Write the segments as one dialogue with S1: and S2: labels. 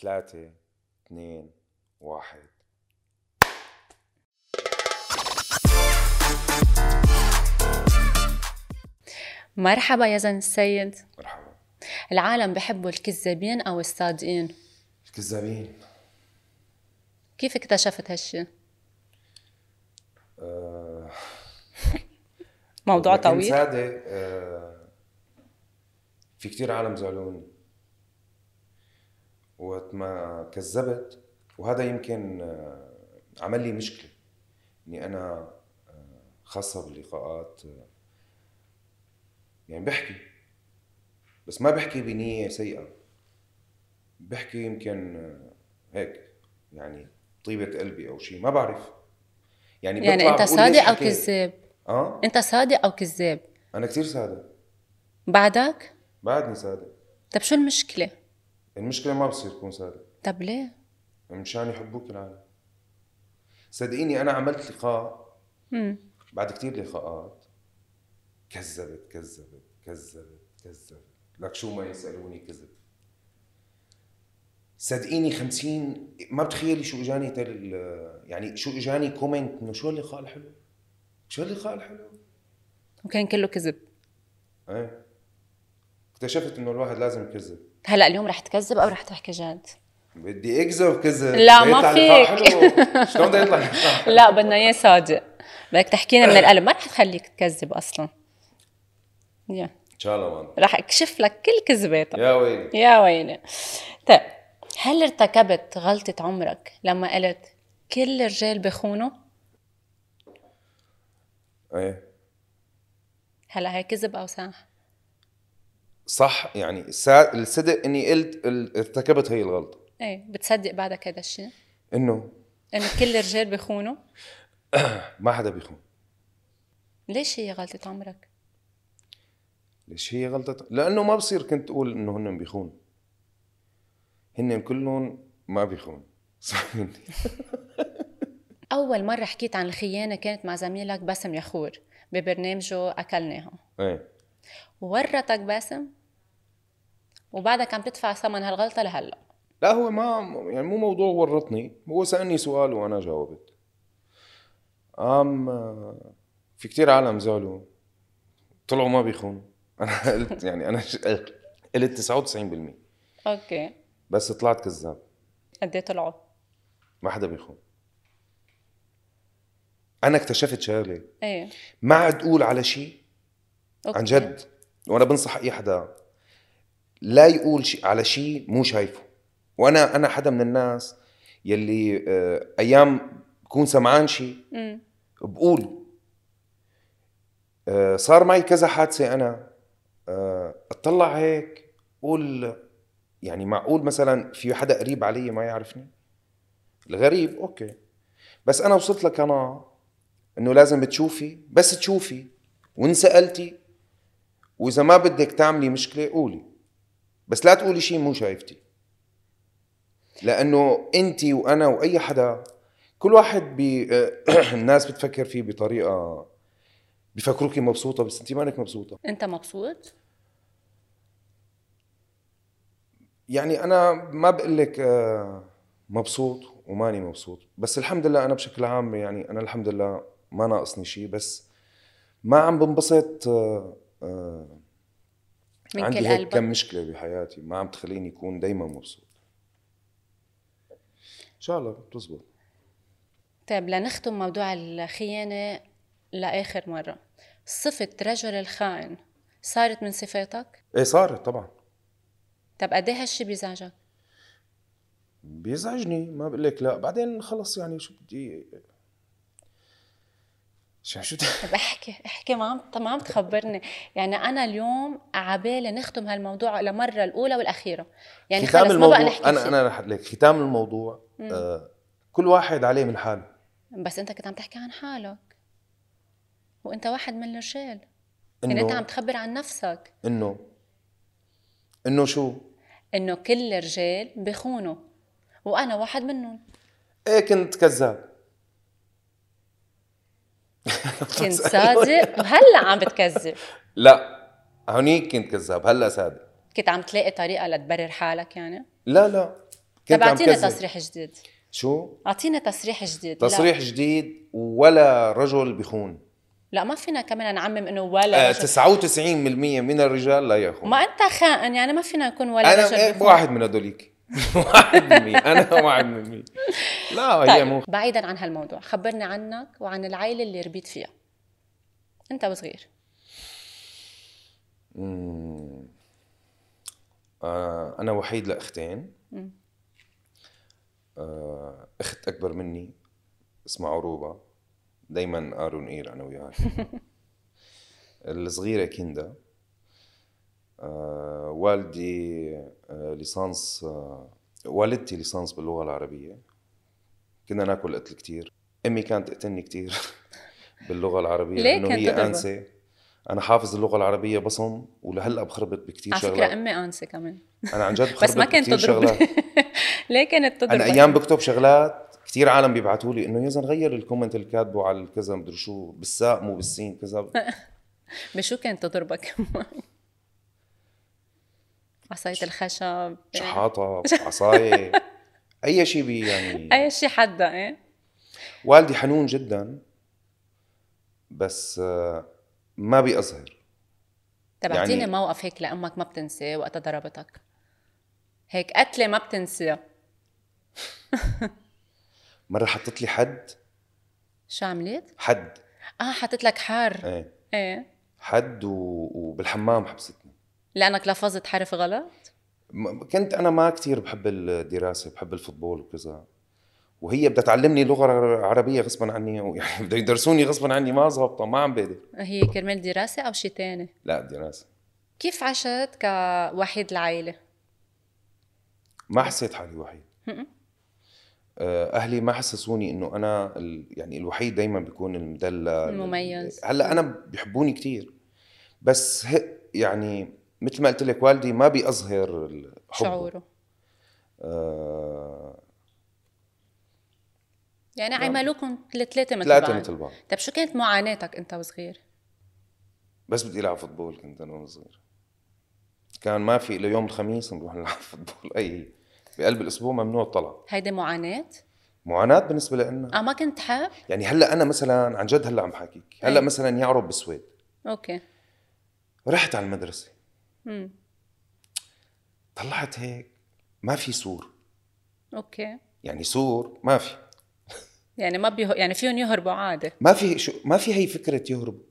S1: ثلاثة اثنين واحد
S2: مرحبا يا زن السيد
S1: مرحبا
S2: العالم بحبوا الكذابين أو الصادقين
S1: الكذابين
S2: كيف اكتشفت هالشي؟
S1: آه،
S2: موضوع
S1: لما كنت
S2: طويل
S1: صادق آه، في كتير عالم زعلوني وقت ما كذبت وهذا يمكن آه، عمل لي مشكله اني انا آه، خاصه باللقاءات آه، يعني بحكي بس ما بحكي بنيه سيئه بحكي يمكن آه، هيك يعني طيبه قلبي او شيء ما بعرف يعني
S2: يعني
S1: بطلع
S2: أنت
S1: بقول ليش
S2: صادق أو
S1: حكيت.
S2: كذاب
S1: اه
S2: أنت صادق أو كذاب
S1: انا كثير صادق
S2: بعدك
S1: بعدني صادق
S2: طب شو المشكلة؟
S1: المشكله ما بصير تكون صادق
S2: طب ليه؟
S1: مشان يحبوك العالم صدقيني انا عملت لقاء
S2: مم.
S1: بعد كتير لقاءات كذبت كذبت كذبت كذبت لك شو ما يسالوني كذب صدقيني 50 ما بتخيلي شو اجاني تل يعني شو اجاني كومنت انه شو اللقاء الحلو شو اللقاء الحلو
S2: وكان كله كذب
S1: ايه اكتشفت انه الواحد لازم يكذب
S2: هلا اليوم رح تكذب أو رح تحكي جد؟
S1: بدي اكذب كذا
S2: لا، ما
S1: بدي يطلع
S2: فيك.
S1: لقاء حلو. شلون بدي يطلع لقاء حلو؟
S2: لا بدنا إياه صادق بدك تحكينا من القلب ما رح تخليك تكذب أصلا يا
S1: ان شاء الله ما
S2: رح أكشف لك كل كذباتك
S1: يا ويلي
S2: يا ويلي طيب هل ارتكبت غلطة عمرك لما قلت كل الرجال بخونوا؟
S1: ايه
S2: هلا هي كذب أو صح؟
S1: صح يعني السا- الصدق اني قلت ال- ارتكبت هي الغلطه
S2: ايه بتصدق بعدك هذا الشيء؟
S1: انه
S2: إنه كل الرجال بخونوا؟
S1: ما حدا بيخون
S2: ليش هي غلطة عمرك؟
S1: ليش هي غلطه لانه ما بصير كنت اقول انه هن بيخون هن كلهم ما بيخون صح مني.
S2: أول مرة حكيت عن الخيانة كانت مع زميلك باسم يخور ببرنامجه أكلناها
S1: ايه
S2: ورطك باسم وبعدك عم تدفع ثمن هالغلطة لهلا
S1: لا هو ما يعني مو موضوع ورطني هو سألني سؤال وأنا جاوبت قام آه، في كتير عالم زعلوا طلعوا ما بيخونوا أنا قلت يعني أنا ش- قلت 99%
S2: أوكي
S1: بس طلعت كذاب
S2: قد إيه طلعوا؟
S1: ما حدا بيخون أنا اكتشفت شغلة
S2: إيه
S1: ما عاد أقول على شيء
S2: أوكي.
S1: عن جد وانا بنصح اي حدا لا يقول شي على شيء مو شايفه وانا انا حدا من الناس يلي آه، ايام بكون سمعان شيء
S2: أمم.
S1: بقول آه، صار معي كذا حادثه انا آه، اطلع هيك قول يعني معقول مثلا في حدا قريب علي ما يعرفني الغريب اوكي بس انا وصلت لقناعه انه لازم تشوفي بس تشوفي وان سالتي واذا ما بدك تعملي مشكله قولي بس لا تقولي شيء مو شايفتي لانه انت وانا واي حدا كل واحد بي آه، الناس بتفكر فيه بطريقه بفكروكي مبسوطه بس انت مانك مبسوطه
S2: أنت مبسوط؟
S1: يعني انا ما بقول لك آه، مبسوط وماني مبسوط بس الحمد لله انا بشكل عام يعني انا الحمد لله ما ناقصني شيء بس ما عم بنبسط آه، آه،
S2: من
S1: عندي
S2: كل
S1: هيك
S2: قلبك
S1: كم مشكله بحياتي ما عم تخليني اكون دائما مبسوط ان شاء الله بتزبط
S2: طيب لنختم موضوع الخيانة لآخر مرة صفة رجل الخائن صارت من صفاتك؟
S1: ايه صارت طبعا
S2: طب قد ايه هالشي بيزعجك؟
S1: بيزعجني ما بقول لك لا بعدين خلص يعني شو بدي شو شو بدي-
S2: طب طيب، احكي احكي ما عم طب ما عم تخبرني يعني انا اليوم عبالي نختم هالموضوع لمرة الأولى والأخيرة يعني
S1: ختام
S2: خلص ما بقى
S1: الموضوع
S2: نحكي
S1: انا
S2: شي.
S1: انا رح أقول لك ختام الموضوع آه كل واحد عليه من حاله
S2: بس أنت كنت عم تحكي عن حالك وأنت واحد من الرجال يعني أنت عم
S1: انه
S2: تخبر عن نفسك
S1: انه انه شو
S2: إنه كل الرجال بخونوا وأنا واحد منهم
S1: ايه كنت كذاب
S2: كنت صادق وهلا عم بتكذب
S1: لا هونيك كنت كذاب هلا صادق
S2: كنت عم تلاقي طريقه لتبرر حالك يعني
S1: لا لا كنت
S2: طب
S1: عم
S2: اعطينا
S1: كذب.
S2: تصريح جديد
S1: شو
S2: اعطينا تصريح جديد
S1: تصريح
S2: لا,
S1: جديد ولا رجل بيخون
S2: لا ما فينا كمان نعمم انه
S1: آه،
S2: ولا رجل.
S1: 99% من الرجال لا يخون
S2: ما انت خائن يعني ما فينا نكون ولا
S1: انا
S2: رجل
S1: إيه،
S2: بيخون.
S1: واحد من هدوليك واحد من مية. انا واحد من مية. لا هي
S2: طيب
S1: مو
S2: بعيدا عن هالموضوع خبرني عنك وعن العيله اللي ربيت فيها انت وصغير
S1: مم. آه، انا وحيد لاختين
S2: مم.
S1: آه، اخت اكبر مني اسمها عروبه دائما قارون قير انا وياها الصغيره كندا آه، والدي آه، ليسانس آه، والدتي ليسانس باللغه العربيه كنا ناكل قتل كتير امي كانت تقتلني كتير باللغه العربيه
S2: ليه
S1: لانه
S2: كانت
S1: هي
S2: تضربك؟
S1: انسه انا حافظ اللغه العربيه بصم ولهلا بخربط بكتير
S2: على
S1: شغلات
S2: فكره امي انسه كمان
S1: انا عن جد بخربط
S2: بس ما كانت
S1: بكتير
S2: تضرب
S1: شغلات
S2: ليه كانت تضرب
S1: انا ايام بكتب شغلات كثير عالم بيبعتوا لي انه يزن غير الكومنت اللي كاتبه على الكذا مدري شو بالساء مو بالسين كذا
S2: بشو كانت تضربك عصاية الخشب إيه.
S1: شحاطه عصايه اي شيء بي يعني
S2: اي شيء حدا ايه
S1: والدي حنون جدا بس آه، ما بيظهر
S2: طب
S1: يعني-
S2: اعطيني موقف هيك لامك ما بتنساه وقتها ضربتك هيك قتله ما بتنساه
S1: مره حطت لي حد
S2: شو عملت؟
S1: حد
S2: اه حطت لك حار
S1: ايه
S2: ايه
S1: حد و... وبالحمام حبستني
S2: لانك لفظت حرف غلط
S1: م- كنت انا ما كثير بحب الدراسه بحب الفوتبول وكذا وهي بدها تعلمني لغه عربيه غصبا عني ويعني بده يدرسوني غصبا عني ما زبطه ما عم بقدر
S2: هي كرمال دراسه او شيء تاني
S1: لا دراسه
S2: كيف عشت كوحيد العائله؟
S1: يعني ما حسيت حالي وحيد
S2: م-م.
S1: آه، اهلي ما حسسوني انه انا ال... يعني الوحيد دائما بيكون المدلل
S2: المميز.
S1: هلا انا بيحبوني كثير بس ه... يعني مثل ما قلت لك والدي ما بيظهر ال- حبه.
S2: شعوره
S1: آه...
S2: يعني عملوكم الثلاثه مثل
S1: ثلاثه
S2: بعض
S1: مثل بعض
S2: طب شو كانت معاناتك انت وصغير؟
S1: بس بدي العب فوتبول كنت انا وصغير كان ما في الا يوم الخميس نروح نلعب فوتبول اي بقلب الاسبوع ممنوع الطلع
S2: هيدي معاناة؟
S1: معاناه بالنسبه لنا
S2: اه ما كنت حاب؟
S1: يعني هلا انا مثلا عن جد هلا عم حكيك هلا
S2: أي.
S1: مثلا يعرب بالسويد
S2: اوكي
S1: رحت على المدرسه
S2: امم
S1: طلعت هيك ما في سور
S2: اوكي
S1: يعني سور ما في
S2: يعني ما بيه يعني فيهم يهربوا عادي
S1: ما في شو ما في هي فكره يهربوا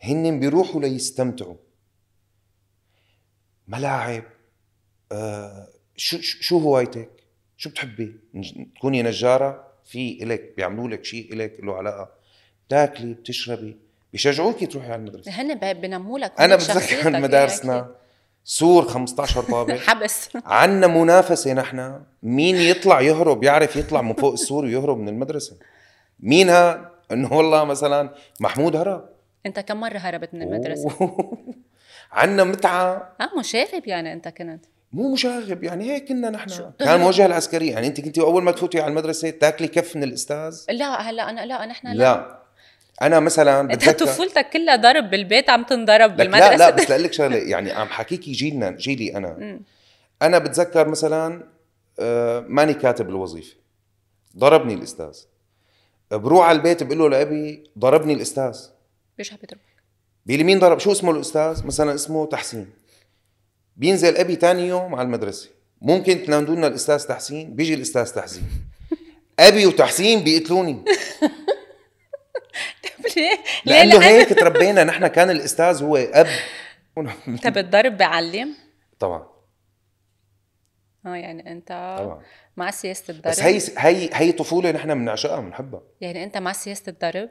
S1: هن بيروحوا ليستمتعوا ملاعب آه شو شو شو هوايتك؟ شو بتحبي؟ نج- تكوني نجاره في الك بيعملوا لك شيء الك له علاقه بتاكلي بتشربي بيشجعوك تروحي على المدرسه
S2: هن ب- بنموا لك
S1: انا
S2: هيك شخصيتك،
S1: بتذكر
S2: إيه،
S1: عن مدارسنا سور 15
S2: أكيد.
S1: طابق
S2: حبس
S1: عنا منافسه نحن مين يطلع يهرب يعرف يطلع من فوق السور ويهرب من المدرسه مين ها انه والله مثلا محمود هرب
S2: انت كم مره هربت من المدرسه؟
S1: عنا متعه
S2: اه مشاغب يعني انت كنت
S1: مو مشاغب يعني هيك كنا
S2: شو؟
S1: نحن كان موجه العسكري يعني انت كنت اول ما تفوتي على المدرسه تاكلي كف من الاستاذ
S2: لا هلا انا لا نحن
S1: لا انا مثلا
S2: انت
S1: بتذكر
S2: طفولتك كلها ضرب بالبيت عم
S1: لك
S2: تنضرب
S1: لا لا
S2: بالمدرسه
S1: بس لقلك شغله يعني عم حكيكي جيلنا جيلي انا
S2: مم.
S1: انا بتذكر مثلا آه، ماني كاتب الوظيفه ضربني الاستاذ بروح على البيت بقول له لابي ضربني الاستاذ
S2: ليش عم يضرب؟
S1: بيقول لي مين ضرب شو اسمه الاستاذ مثلا اسمه تحسين بينزل ابي تاني يوم على المدرسه ممكن تنادوا لنا الاستاذ تحسين بيجي الاستاذ تحسين ابي وتحسين بيقتلوني
S2: ليه؟ ليه
S1: لانه
S2: لأن-
S1: هيك تربينا نحن كان الاستاذ هو اب
S2: طب الضرب بعلم؟
S1: طبعا
S2: اه يعني انت
S1: طبعا
S2: مع سياسه الضرب
S1: بس هي هي هي طفوله نحن بنعشقها بنحبها
S2: يعني انت مع سياسه الضرب؟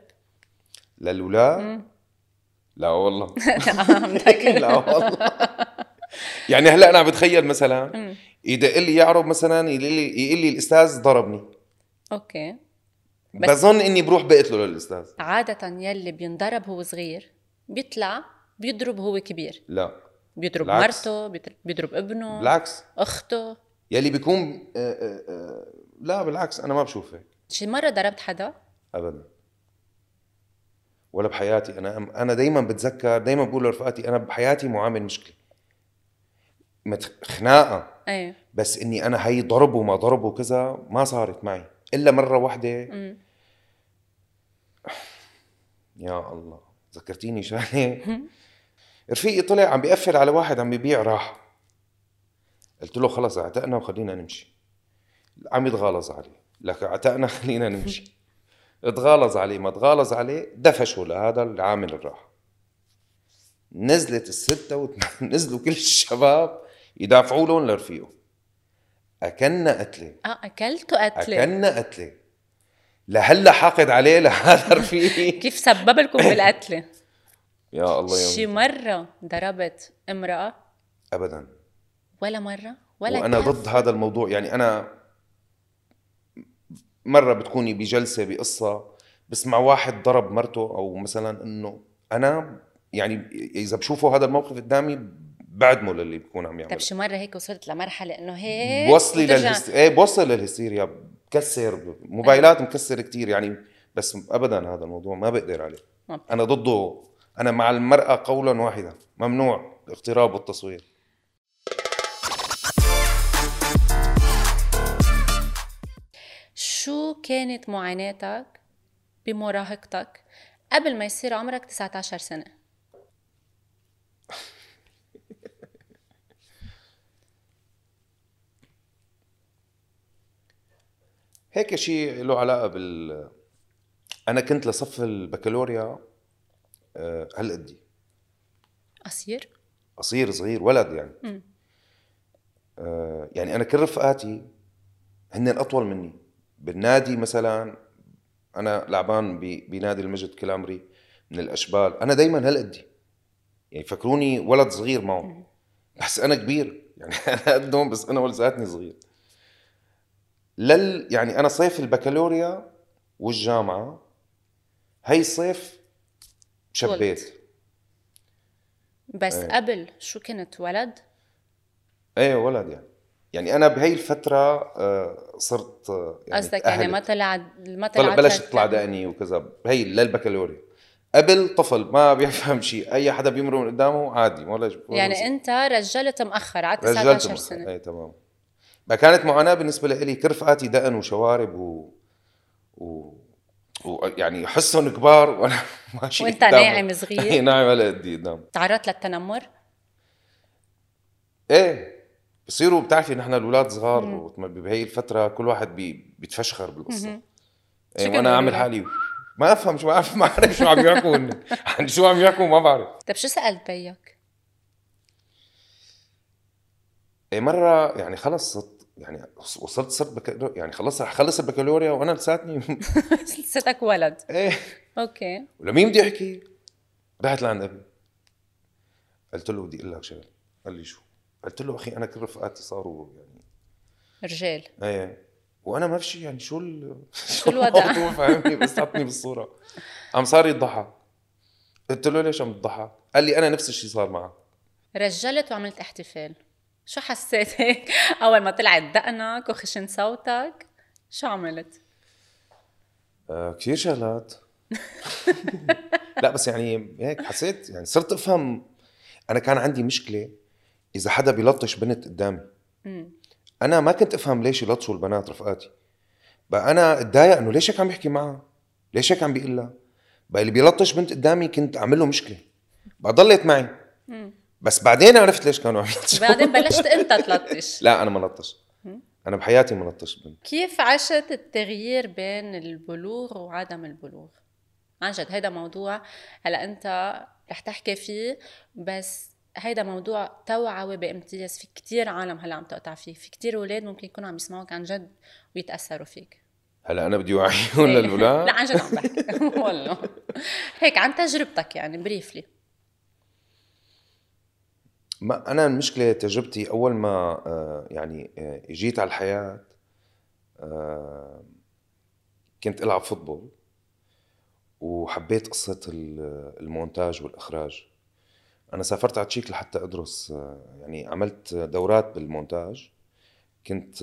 S1: للاولاد
S2: مم. نعم.
S1: لا والله
S2: لا بدك-
S1: لا والله يعني هلا انا عم بتخيل مثلا
S2: مم.
S1: يدق لي يعرب مثلا يقول لي يقول لي الاستاذ ضربني
S2: اوكي بس-
S1: بظن اني بروح بقتله للاستاذ
S2: عادة يلي بينضرب هو صغير بيطلع بيضرب هو كبير
S1: لا
S2: بيضرب
S1: بالعكس.
S2: مرته بيضرب- بيضرب ابنه
S1: بالعكس
S2: اخته
S1: يلي بيكون آه، آه، آه، لا بالعكس انا ما بشوف هيك
S2: شي مرة ضربت حدا
S1: ابدا ولا بحياتي انا انا دائما بتذكر دائما بقول لرفقاتي انا بحياتي مو عامل مشكله مت- خناقه
S2: ايه
S1: بس اني انا هي ضرب وما ضرب وكذا ما صارت معي الا مره واحده
S2: أمم.
S1: يا الله ذكرتيني شغله رفيقي طلع عم بيقفل على واحد عم بيبيع راح قلت له خلص اعتقنا وخلينا نمشي عم يتغالظ عليه لك اعتقنا خلينا نمشي اتغالظ عليه ما اتغالظ عليه دفشوا لهذا العامل الراحة نزلت الستة وت- نزلوا كل الشباب يدافعوا لهم لرفيقه أكلنا قتلة
S2: اه اكلته قتله
S1: أكلنا قتلة لهلا حاقد عليه لهذا رفيقي
S2: كيف سبب لكم بالقتله
S1: يا الله
S2: شي
S1: يا
S2: مره ضربت امراه
S1: أبداً
S2: ولا مره ولا
S1: وانا
S2: كف.
S1: ضد هذا الموضوع يعني انا مره بتكوني بجلسه بقصه بسمع واحد ضرب مرته او مثلا انه انا يعني اذا بشوفه هذا الموقف قدامي بعدمه للي بكون عم
S2: طب
S1: يعمل
S2: شو مره هيك وصلت لمرحله انه هيك
S1: بوصلي
S2: بترجع-
S1: للهست... ايه بوصل للهستيريا بكسر موبايلات مكسر كتير يعني بس ابدا هذا الموضوع ما بقدر عليه
S2: ما بت-
S1: انا ضده انا مع المراه قولا واحدا ممنوع الاغتراب والتصوير
S2: شو كانت معاناتك بمراهقتك قبل ما يصير عمرك 19 سنه
S1: هيك شيء له علاقه بال انا كنت لصف البكالوريا آه، هالقدي
S2: قصير
S1: قصير صغير ولد يعني
S2: مم.
S1: آه، يعني انا كل رفقاتي هن اطول مني بالنادي مثلا انا لعبان ب- بنادي المجد كل عمري من الاشبال انا دائما هالقدي يعني فكروني ولد صغير معهم بس انا كبير يعني انا قدهم بس انا ولزاتني صغير لل يعني انا صيف البكالوريا والجامعه هي صيف شبيت
S2: بس
S1: إيه. يعني
S2: قبل شو كنت ولد
S1: ايه ولد يعني يعني انا بهي الفتره آه، صرت آه، يعني
S2: قصدك يعني ما
S1: تأهلت.
S2: طلع ما
S1: طلع يعني.
S2: طلعت
S1: بلش
S2: لك-
S1: تطلع دقني وكذا هي للبكالوريا قبل طفل ما بيفهم شيء اي حدا بيمر من قدامه عادي ولا ولا
S2: يعني انت رجلت مأخر على
S1: رجلت
S2: 19
S1: مخ-
S2: سنة
S1: ايه تمام ما كانت معاناه بالنسبه لإلي كرفقاتي دقن وشوارب و, و... و... يعني حسهم كبار وانا ماشي
S2: وانت
S1: قدامهم.
S2: ناعم
S1: إيه،
S2: صغير
S1: ناعم ولا قدي قدام
S2: تعرضت للتنمر
S1: ايه بصيروا بتعرفي نحن الاولاد صغار وقت ما بهي الفتره كل واحد بي بيتفشخر بالقصه
S2: مهم.
S1: ايه
S2: شو كانوا
S1: وانا اعمل
S2: بيعملوا؟
S1: حالي ما افهم شو ما أعرف- ما اعرف شو عم يحكوا هن. عن شو عم يحكوا ما بعرف
S2: طب شو سألت بيك؟
S1: ايه مره يعني خلص صرت يعني وصلت صرت بك... يعني خلص رح خلص البكالوريا وانا لساتني
S2: لساتك ولد
S1: ايه
S2: اوكي
S1: ولمين بدي احكي؟ رحت لعند ابي قلت له بدي اقول لك شغله قال لي شو؟ قلت له اخي انا كل رفقاتي صاروا يعني
S2: رجال
S1: ايه وانا ما في شيء يعني شو ال...
S2: شو الوضع؟
S1: الموضوع فاهمني بس حطني بالصوره عم صار يضحك قلت له ليش عم تضحك؟ قال لي انا نفس الشيء صار معك
S2: رجلت وعملت احتفال شو حسيت هيك؟ أول ما طلعت دقنك وخشن صوتك شو عملت؟
S1: آه كثير شغلات لا بس يعني هيك حسيت يعني صرت افهم انا كان عندي مشكله اذا حدا بيلطش بنت قدامي
S2: مم.
S1: انا ما كنت افهم ليش يلطشوا البنات رفقاتي بقى انا اتضايق انه ليش هيك عم يحكي معها ليش هيك عم بيقول لها بقى اللي بيلطش بنت قدامي كنت اعمل له مشكله بقى ضلت معي
S2: مم.
S1: بس بعدين عرفت ليش كانوا عم يلطشوا
S2: بعدين بلشت أنت تلطش
S1: لا انا ما لطش
S2: مم.
S1: انا بحياتي ما لطش بنت
S2: كيف عشت التغيير بين البلوغ وعدم البلوغ؟ عن جد هيدا موضوع هلا انت رح تحكي فيه بس هيدا موضوع توعوي بامتياز في كتير عالم هلا عم تقطع فيه في كتير اولاد ممكن يكونوا عم يسمعوك عن جد ويتاثروا فيك
S1: هلا انا بدي وعيهم للاولاد
S2: إيه. أيوه. لا عن جد عم بحكي والله هيك عن تجربتك يعني بريفلي
S1: ما انا المشكله تجربتي اول ما آه، يعني آه، اجيت على الحياه آه، كنت العب فوتبول وحبيت قصه ال- المونتاج والاخراج انا سافرت على تشيك لحتى ادرس آه، يعني عملت دورات بالمونتاج كنت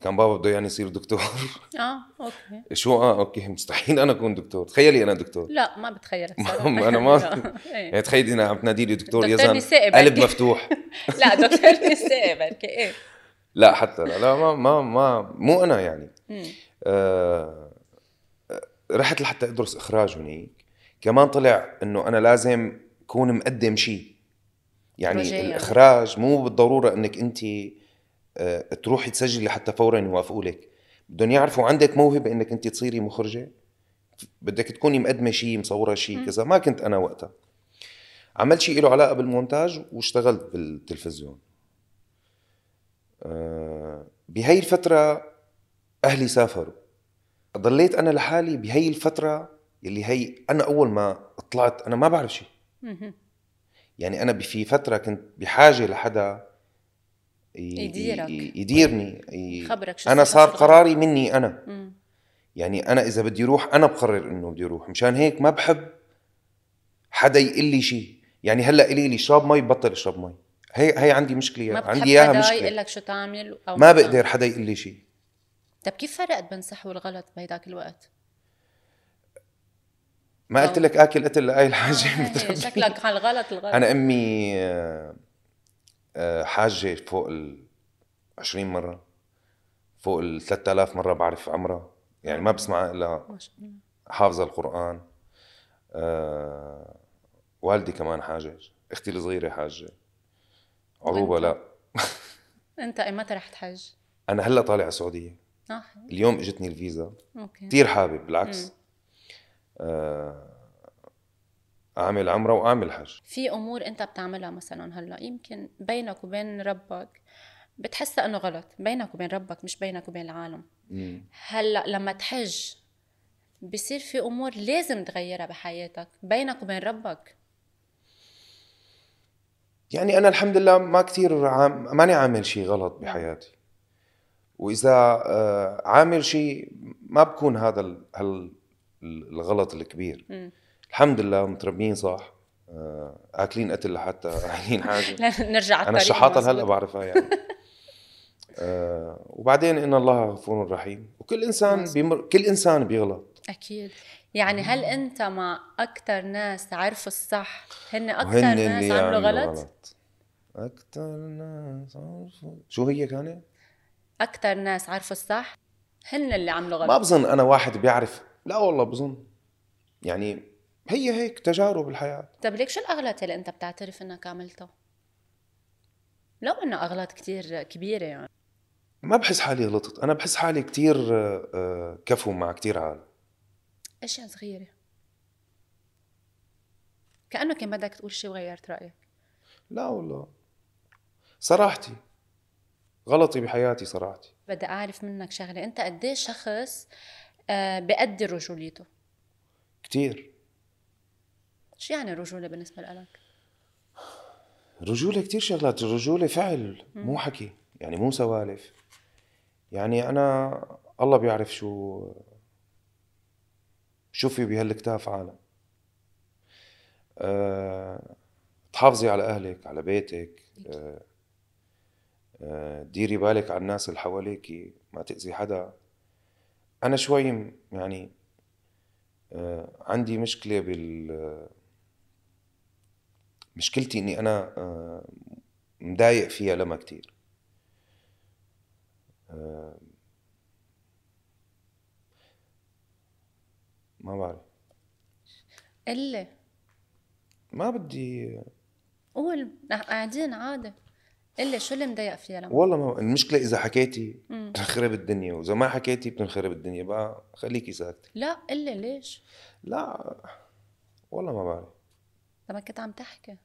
S1: كان بابا بده يعني يصير دكتور
S2: اه اوكي
S1: شو اه اوكي مستحيل انا اكون دكتور تخيلي انا دكتور
S2: لا ما بتخيلك صراحة.
S1: ما- أنا ما-
S2: لا. إيه.
S1: يعني تخيلي انا عم تنادي لي دكتور
S2: دكتور
S1: يزن
S2: نسائي بركي.
S1: قلب مفتوح
S2: لا دكتور نسائي بركي ايه
S1: لا حتى لا لا ما ما ما مو انا يعني
S2: مم.
S1: آه رحت لحتى ادرس اخراج هنيك كمان طلع انه انا لازم كون مقدم شيء
S2: بروجيه
S1: يعني
S2: يعني.
S1: الاخراج مو بالضروره انك انت آه، تروحي تسجلي لحتى فورا يوافقوا لك بدهم يعرفوا عندك موهبه انك انت تصيري مخرجه بدك تكوني مقدمه شيء مصوره شيء
S2: مم.
S1: كذا ما كنت انا وقتها عملت شيء له علاقه بالمونتاج واشتغلت بالتلفزيون آه، بهي الفتره اهلي سافروا ضليت انا لحالي بهي الفتره اللي هي انا اول ما طلعت انا ما بعرف شيء
S2: مهم.
S1: يعني انا في فتره كنت بحاجه لحدا ي-
S2: يديرك.
S1: ي- يديرني ي-
S2: خبرك شو
S1: انا
S2: صار-
S1: صار
S2: شو-
S1: قراري مني انا
S2: مم.
S1: يعني انا اذا بدي روح انا بقرر انه بدي روح مشان هيك ما بحب حدا يقول لي شيء يعني هلا قلي لي اشرب مي بطل اشرب مي هي هي عندي مشكله
S2: ما
S1: إياها.
S2: بتحب
S1: عندي اياها
S2: حدا يقول
S1: مشكله
S2: لك شو تعمل او
S1: ما بقدر حدا يقول لي شيء
S2: طب كيف فرقت بين الصح والغلط بهيداك الوقت؟
S1: ما
S2: أو-
S1: قلت لك اكل قتل لاي
S2: آه،
S1: الحاجه
S2: هي،
S1: بتربيني.
S2: شكلك على الغلط الغلط
S1: انا امي آه، آه، حاجه فوق ال 20 مره فوق ال 3000 مره بعرف عمرها يعني ما بسمعها الا
S2: ما شاء الله.
S1: حافظه القران آه، والدي كمان حاجج اختي الصغيره حاجه عروبه
S2: وأنت؟
S1: لا
S2: انت ايمتى رح تحج؟
S1: انا هلا طالع على السعوديه
S2: اه
S1: اليوم اجتني الفيزا
S2: اوكي
S1: كثير حابب بالعكس
S2: مم.
S1: آه، اعمل عمره واعمل حج
S2: في امور انت بتعملها مثلا هلا يمكن بينك وبين ربك بتحسها انه غلط بينك وبين ربك مش بينك وبين العالم
S1: مم.
S2: هلا لما تحج بصير في امور لازم تغيرها بحياتك بينك وبين ربك
S1: يعني انا الحمد لله ما كثير عام ماني عامل شيء غلط بحياتي واذا آه، عامل شيء ما بكون هذا ال- هال الغلط الكبير
S2: مم.
S1: الحمد لله متربيين صح آه، اكلين قتل لحتى عاملين حاجه
S2: نرجع على
S1: انا
S2: الطريق
S1: الشحاطه هلا
S2: المظبوط.
S1: بعرفها يعني آه، وبعدين ان الله غفور رحيم وكل انسان
S2: مظبوط.
S1: بيمر كل انسان بيغلط
S2: اكيد يعني هل انت مع اكثر ناس عرفوا الصح هن اكثر
S1: وهن
S2: ناس
S1: اللي
S2: عملوا
S1: يعملوا
S2: غلط
S1: اكثر ناس عرفوا شو هي كانت؟
S2: اكثر ناس عرفوا الصح هن اللي عملوا
S1: ما
S2: غلط
S1: بظن انا واحد بيعرف لا والله بظن يعني هي هيك تجارب الحياه
S2: طب ليك شو الاغلاط اللي انت بتعترف انك عملتها لو انه اغلاط كتير كبيره يعني
S1: ما بحس حالي غلطت انا بحس حالي كتير آه، آه، كفو مع كتير عالم
S2: اشياء صغيره كانه كان بدك تقول شيء وغيرت رايك
S1: لا والله صراحتي غلطي بحياتي صراحتي
S2: بدي اعرف منك شغله انت قديش شخص آه، بقدر رجوليته
S1: كتير
S2: شو يعني الرجوله بالنسبه لك
S1: رجولة كتير شغلات الرجولة فعل مو حكي يعني مو سوالف يعني أنا الله بيعرف شو شو في بهالكتاب عالم أه... تحافظي على أهلك على بيتك أه... أه... ديري بالك على الناس اللي حواليك ما تأذي حدا أنا شوي م- يعني أه... عندي مشكلة بال مشكلتي اني انا آه، مضايق فيها لما كتير آه، ما بعرف
S2: قلي
S1: ما بدي
S2: قول نحن قاعدين عادي قلي شو اللي مضايق فيها لما
S1: والله ما المشكله اذا حكيتي
S2: مم.
S1: بتنخرب الدنيا واذا ما حكيتي بتنخرب الدنيا بقى خليكي ساكته
S2: لا قلي ليش
S1: لا والله ما بعرف
S2: لما كنت عم تحكي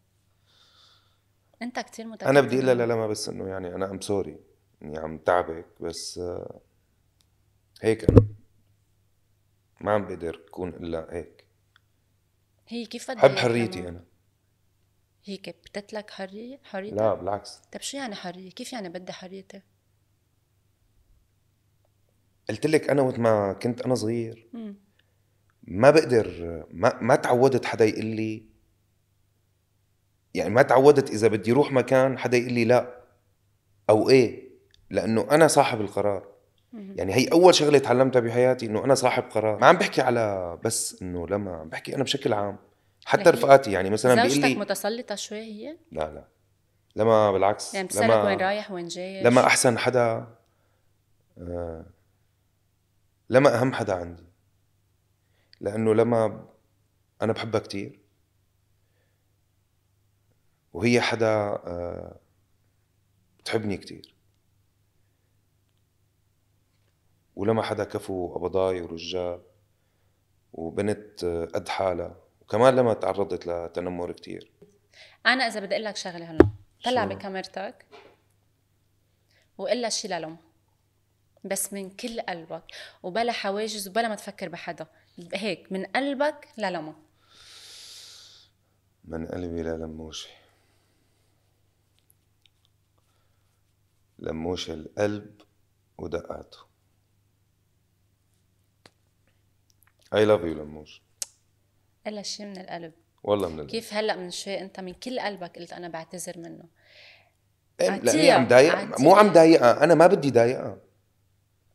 S2: انت كتير متكلم
S1: انا بدي اقول لا ما بس انه يعني انا ام سوري اني عم تعبك بس آه، هيك انا ما عم بقدر اكون الا هيك
S2: هي كيف بدها
S1: بحب
S2: إياك
S1: حريتي
S2: إيه كمان؟ إيه؟
S1: انا
S2: هيك بدت لك حريه حريتك
S1: لا بالعكس
S2: طب شو يعني حريه كيف يعني بدي حريتي
S1: قلت لك انا وقت ما كنت انا صغير
S2: مم.
S1: ما بقدر ما ما تعودت حدا يقول لي يعني ما تعودت اذا بدي اروح مكان حدا يقول لي لا او ايه لانه انا صاحب القرار يعني هي اول شغله تعلمتها بحياتي انه انا صاحب قرار ما عم بحكي على بس انه لما عم بحكي انا بشكل عام حتى
S2: لكن
S1: رفقاتي يعني مثلا بيقول
S2: زوجتك
S1: لي
S2: متسلطه شوي هي
S1: لا لا لما بالعكس
S2: يعني بتسالك وين
S1: لما
S2: رايح وين جاي
S1: لما احسن حدا آه، لما اهم حدا عندي لانه لما انا بحبها كتير وهي حدا آه، بتحبني كتير ولما حدا كفو قبضاي ورجال وبنت آه، قد حالها وكمان لما تعرضت لتنمر كتير
S2: انا اذا بدي اقول لك شغله هلا طلع
S1: شو؟
S2: بكاميرتك وقول لها شي للام بس من كل قلبك وبلا حواجز وبلا ما تفكر بحدا هيك من قلبك للما
S1: من قلبي للموشي لموشي القلب ودقاته اي لاف يو لموش
S2: قول لها شي من القلب
S1: والله من القلب
S2: كيف هلا من شوي انت من كل قلبك قلت انا بعتذر منه
S1: إيه، لأني
S2: عطيها-
S1: عم ضايقها مو عم
S2: عطيها.
S1: ضايقها انا ما بدي ضايقها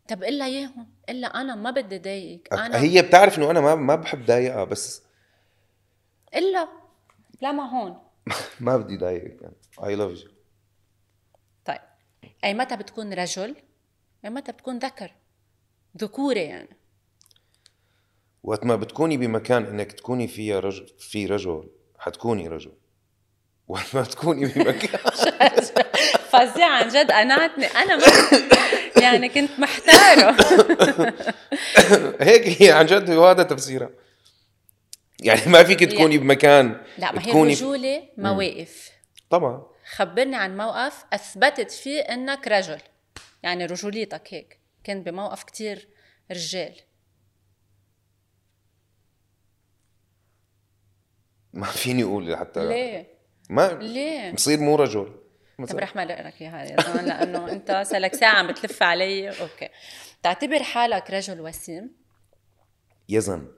S2: طب قول لها اياهم قول لها انا ما بدي ضايقك انا
S1: هي بتعرف انه انا ما ما بحب ضايقها بس
S2: قول لها لما هون
S1: ما بدي يعني. ضايقك اي لاف يو
S2: طيب اي متى بتكون رجل اي متى بتكون ذكر ذكوره يعني
S1: وقت ما بتكوني بمكان انك تكوني فيها رجل في رجل حتكوني رجل وقت ما تكوني بمكان
S2: فظيعة عن جد قنعتني انا ما يعني كنت محتاره
S1: هيك هي عن جد هو هذا تفسيرها يعني ما فيك تكوني
S2: يعني-
S1: بمكان
S2: لا ما هي
S1: تكوني
S2: الرجوله مواقف
S1: طبعا
S2: خبرني عن موقف اثبتت فيه انك رجل يعني رجوليتك هيك كنت بموقف كتير رجال
S1: ما فيني اقول حتى
S2: ليه
S1: ما
S2: ليه
S1: بصير مو رجل
S2: طب
S1: مثلا
S2: رح ما لك اياها يا زلمه لانه انت سالك ساعه عم بتلف علي اوكي تعتبر حالك رجل وسيم
S1: يزن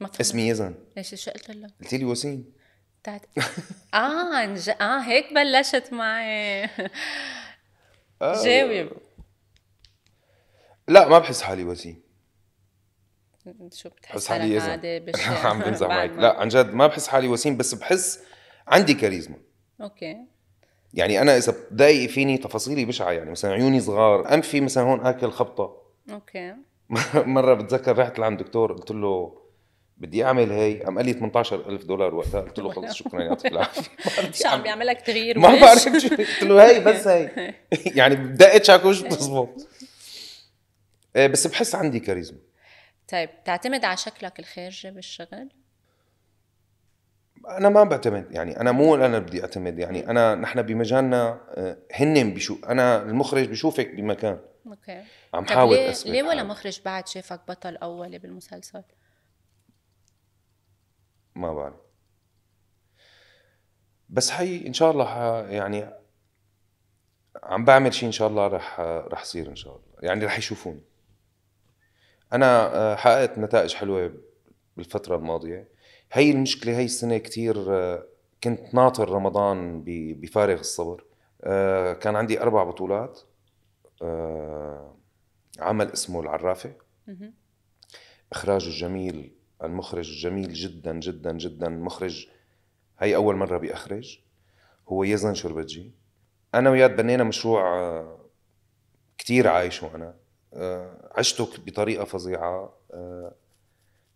S2: ما فهمت.
S1: اسمي يزن
S2: ليش شو قلت لك؟
S1: قلت لي وسيم
S2: تعت... اه عن ج... اه هيك بلشت معي
S1: آه.
S2: جاوب
S1: لا ما بحس حالي وسيم
S2: شو بتحس
S1: بحس حالي
S2: حالك
S1: يزن
S2: عادي بالشارع
S1: عم بمزح
S2: بعد
S1: معك
S2: ما-
S1: لا عن جد ما بحس حالي وسيم بس بحس عندي كاريزما
S2: اوكي
S1: يعني انا اذا بتضايقي فيني تفاصيلي بشعه يعني مثلا عيوني صغار انفي مثلا هون اكل خبطه
S2: اوكي
S1: مره بتذكر رحت لعند دكتور قلت له بدي اعمل هي قام قال لي 18000 دولار وقتها قلت له خلص شكرا يعطيك العافيه
S2: شو عم بيعمل لك تغيير
S1: ما
S2: وش؟
S1: بعرف شو قلت له هي بس هي يعني بدقت شاكوش بتزبط إيه، بس بحس عندي كاريزما
S2: طيب تعتمد على شكلك الخارجي بالشغل
S1: انا ما بعتمد يعني انا مو انا بدي اعتمد يعني انا نحن بمجالنا آه، هن بشو انا المخرج بشوفك بمكان
S2: اوكي
S1: عم
S2: طيب
S1: حاول
S2: ليه
S1: اثبت
S2: ليه ولا
S1: حالي.
S2: مخرج بعد شافك بطل اولي بالمسلسل؟
S1: ما بعرف بس حي ان شاء الله ح- يعني عم بعمل شيء ان شاء الله رح رح يصير ان شاء الله يعني رح يشوفوني انا آه، حققت نتائج حلوه بالفتره الماضيه هي المشكله هي السنه كتير آه، كنت ناطر رمضان ب- بفارغ الصبر آه، كان عندي اربع بطولات آه، عمل اسمه العرافه
S2: مهم.
S1: اخراجه الجميل المخرج جميل جدا جدا جدا مخرج هي اول مره بيخرج هو يزن شربتجي انا وياه بنينا مشروع آه، كتير عايشه انا آه، عشته ك- بطريقه فظيعه آه،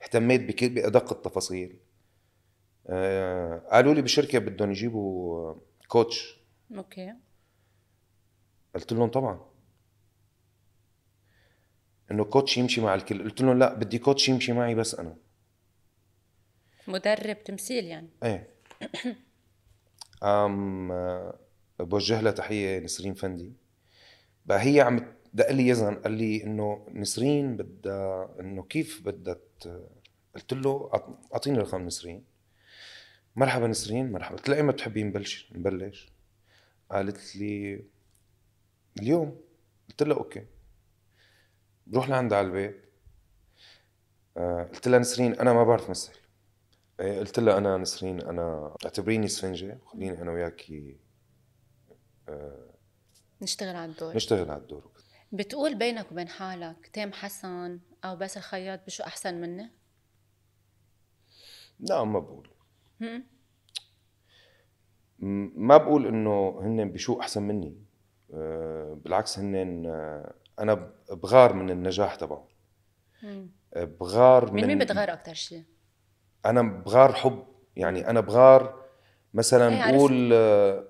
S1: اهتميت بكل بادق التفاصيل آه، قالوا لي بشركه بدهم يجيبوا آه، كوتش
S2: اوكي
S1: قلت لهم طبعا انه كوتش يمشي مع الكل قلت لهم لا بدي كوتش يمشي معي بس انا
S2: مدرب تمثيل يعني
S1: ايه أم آه، بوجه لها تحية نسرين فندي بقى هي عم دق لي يزن قال لي انه نسرين بدها انه كيف بدها ت- قلت له أعط- اعطيني رقم نسرين مرحبا نسرين مرحبا قلت لها ايمتى بتحبي نبلش نبلش قالت لي اليوم قلت لها اوكي بروح لعندها على البيت آه، قلت لها نسرين انا ما بعرف مثل إيه، قلت لها انا نسرين انا اعتبريني سفنجه خليني انا وياكي آه،
S2: نشتغل على الدور
S1: نشتغل على الدور
S2: بتقول بينك وبين حالك تام حسن او باسل خياط بشو احسن مني
S1: لا ما بقول
S2: هم؟
S1: م- ما بقول انه هن بشو احسن مني آه، بالعكس هن آه، انا ب- بغار من النجاح تبعهم
S2: هم.
S1: آه، بغار
S2: من مين بتغار اكثر شيء
S1: انا بغار حب يعني انا بغار
S2: إيه،
S1: مثلا
S2: عرفت.
S1: بقول آه،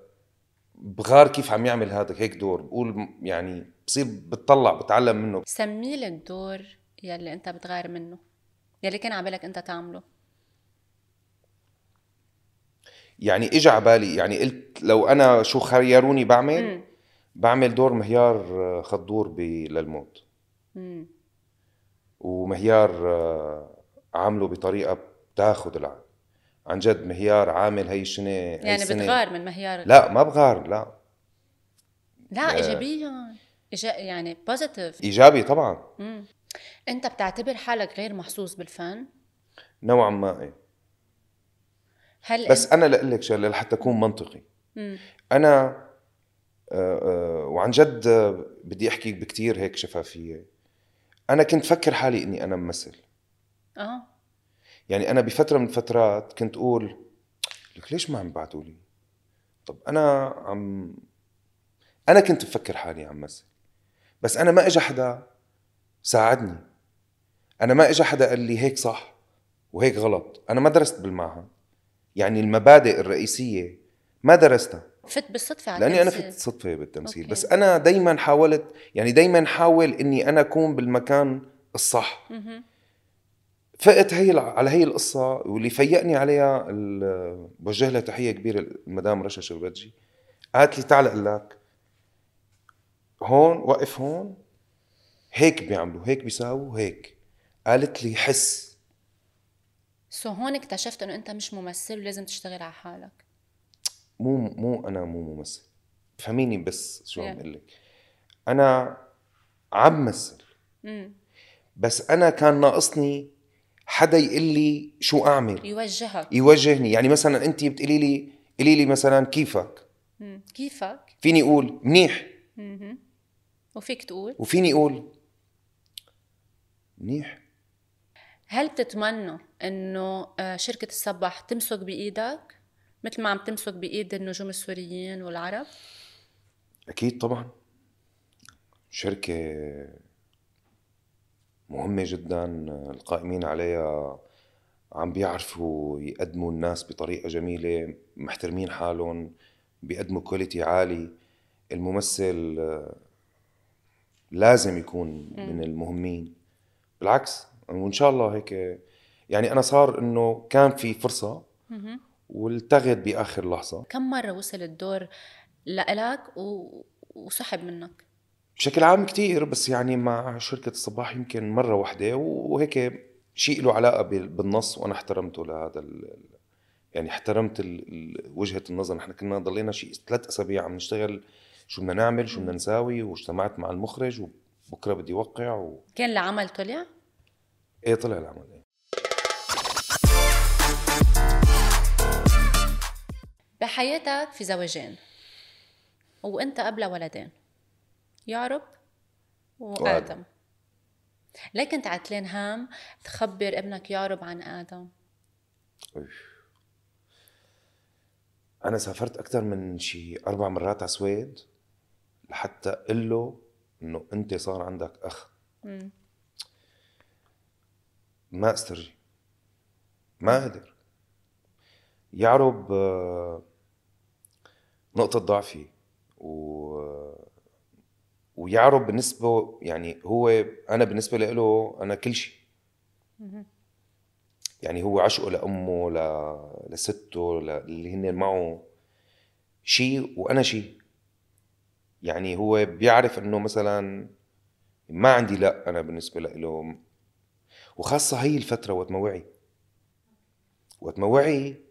S1: بغار كيف عم يعمل هذا هيك دور بقول م- يعني بصير بتطلع بتعلم منه
S2: سمي لي الدور يلي انت بتغار منه يلي كان عبالك انت تعمله
S1: يعني اجى على بالي يعني قلت لو انا شو خيروني بعمل
S2: مم.
S1: بعمل دور مهيار آه، خضور ب- للموت
S2: مم.
S1: ومهيار آه، عامله بطريقه بتاخذ العقل عن جد مهيار عامل هي السنه هي
S2: يعني
S1: السنة-
S2: بتغار من مهيار
S1: لا آه. ما بغار لا
S2: لا ايجابيا إيجا- يعني بوزيتيف
S1: ايجابي طبعا
S2: انت بتعتبر حالك غير محظوظ بالفن
S1: نوعا ما إيه.
S2: هل
S1: بس انا لاقول لك شغله لحتى اكون منطقي
S2: مم.
S1: انا آه، آه، وعن جد آه، بدي احكي بكتير هيك شفافيه انا كنت فكر حالي اني انا ممثل
S2: اه
S1: يعني انا بفتره من الفترات كنت اقول لك ليش ما عم بعتوا لي طب انا عم انا كنت بفكر حالي عم مثل بس انا ما اجى حدا ساعدني انا ما اجى حدا قال لي هيك صح وهيك غلط انا ما درست بالمعهد يعني المبادئ الرئيسيه ما درستها
S2: فت بالصدفه على
S1: لاني انا
S2: التمثيل.
S1: فت صدفه بالتمثيل
S2: أوكي.
S1: بس انا دائما حاولت يعني دائما حاول اني انا اكون بالمكان الصح
S2: مهم.
S1: فقت هي الع- على هي القصة واللي فيقني عليها ال- بوجه لها تحية كبيرة المدام رشا شربتجي قالت لي تعال اقول لك هون وقف هون هيك بيعملوا هيك بيساووا هيك قالت لي حس
S2: سو هون اكتشفت انه انت مش ممثل ولازم تشتغل على حالك
S1: مو مو انا مو ممثل فهميني بس شو
S2: Yeah.
S1: عم اقول لك انا عم مثل
S2: مم.
S1: بس انا كان ناقصني حدا يقول لي شو اعمل
S2: يوجهك
S1: يوجهني يعني مثلا انت بتقولي لي قولي لي مثلا كيفك
S2: مم. كيفك
S1: فيني اقول منيح
S2: مهم. وفيك تقول
S1: وفيني اقول منيح
S2: هل بتتمنى انه آه، شركه الصباح تمسك بايدك مثل ما عم تمسك بايد النجوم السوريين والعرب
S1: اكيد طبعا شركه مهمه جدا القائمين عليها عم بيعرفوا يقدموا الناس بطريقه جميله محترمين حالهم بيقدموا كواليتي عالي الممثل آه، لازم يكون من المهمين بالعكس وان شاء الله هيك يعني انا صار انه كان في فرصه
S2: مهم.
S1: والتغت باخر لحظه
S2: كم مره وصل الدور لإلك و... وسحب منك
S1: بشكل عام كتير بس يعني مع شركة الصباح يمكن مرة واحدة وهيك شيء له علاقة بال- بالنص وأنا احترمته لهذا ال... ال- يعني احترمت ال... ال- وجهة النظر نحن كنا ضلينا شيء ثلاث أسابيع عم نشتغل شو بدنا نعمل شو بدنا نساوي واجتمعت مع المخرج وبكرة بدي وقع و...
S2: كان العمل طلع
S1: إيه طلع العمل إيه.
S2: بحياتك في زواجين وانت قبل ولدين يعرب وادم
S1: وآدم.
S2: ليه كنت عتلان هام تخبر ابنك يعرب عن ادم
S1: أوف. أنا سافرت أكثر من شي أربع مرات على السويد لحتى أقول له إنه أنت صار عندك أخ
S2: مم.
S1: ما استرجي ما قدر يعرب آه، نقطة ضعفي و ويعرب بالنسبة يعني هو أنا بالنسبة له أنا كل شيء يعني هو عشقه لأمه ل... لسته ل... اللي هن معه شيء وأنا شيء يعني هو بيعرف إنه مثلا ما عندي لا أنا بالنسبة له وخاصة هي الفترة وقت ما وعي وقت ما وعي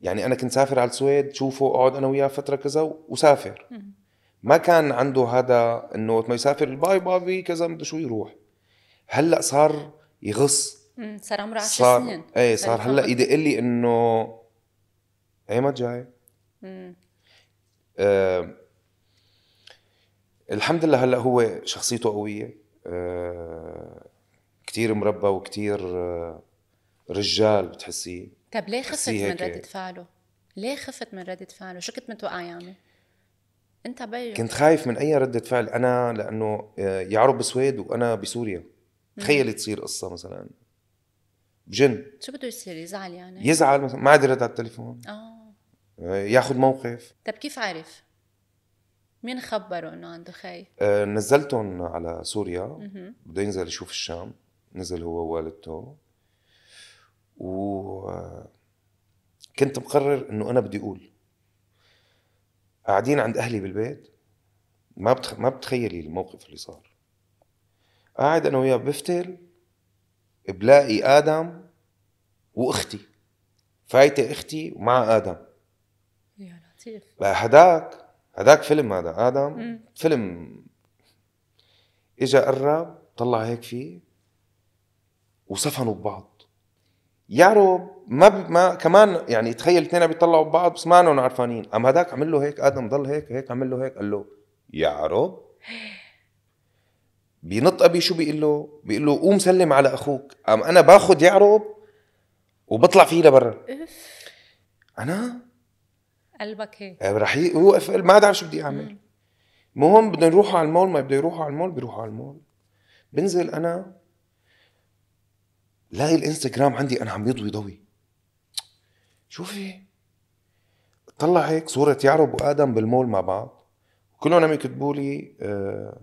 S1: يعني أنا كنت سافر على السويد شوفه أقعد أنا وياه فترة كذا وسافر
S2: مم.
S1: ما كان عنده هذا إنه وقت ما يسافر الباي بابي كذا بده شو يروح هلأ صار يغص
S2: مم. صار عمره 10
S1: صار
S2: سنين
S1: ايه صار
S2: يفهم.
S1: هلأ يدق لي إنه إيه ما جاي
S2: مم.
S1: آه الحمد لله هلا هو شخصيته قويه آه كتير مربى وكتير آه رجال بتحسيه
S2: طب طيب، ليه خفت
S1: بتحسيه
S2: من
S1: هيك-
S2: ردة فعله؟ ليه خفت من ردة فعله؟ شو كنت متوقع يعمل؟ انت بيو
S1: كنت خايف من اي رده فعل انا لانه آه، يعرب بسويد وانا بسوريا تخيلي تصير قصه مثلا بجن
S2: شو بده يصير يزعل يعني؟
S1: يزعل مثلا ما عاد يرد على التليفون
S2: اه
S1: آه، ياخذ موقف
S2: طب طيب، كيف عرف؟ مين خبره انه عنده خي؟
S1: آه، نزلتهم على سوريا
S2: مهم.
S1: بده ينزل يشوف الشام نزل هو ووالدته و كنت مقرر انه انا بدي اقول قاعدين عند اهلي بالبيت ما بتخ... ما بتخيلي الموقف اللي صار قاعد انا وياه بفتل بلاقي ادم واختي فايته اختي ومع ادم
S2: يا لطيف
S1: بقى هداك هداك فيلم هذا ادم
S2: مم.
S1: فيلم اجا قرب طلع هيك فيه وسفنوا ببعض يعرب ما ب... ما كمان يعني تخيل اثنين عم يطلعوا ببعض بس ما كانوا عرفانين قام هداك عمل له هيك ادم ضل هيك هيك عمل له هيك قال له يعرب بينط ابي شو بيقول له؟ بيقول له قوم سلم على اخوك قام انا باخذ يعرب وبطلع فيه لبرا
S2: اف
S1: انا
S2: قلبك هيك
S1: إيه، رح يوقف ما عاد عارف شو بدي اعمل
S2: مم.
S1: المهم بدنا نروح على المول ما بده يروحوا على المول بيروحوا على المول بنزل انا لاقي الانستغرام عندي انا عم يضوي ضوي شو في طلع هيك صورة يعرب وادم بالمول مع بعض كلهم عم يكتبوا لي آه،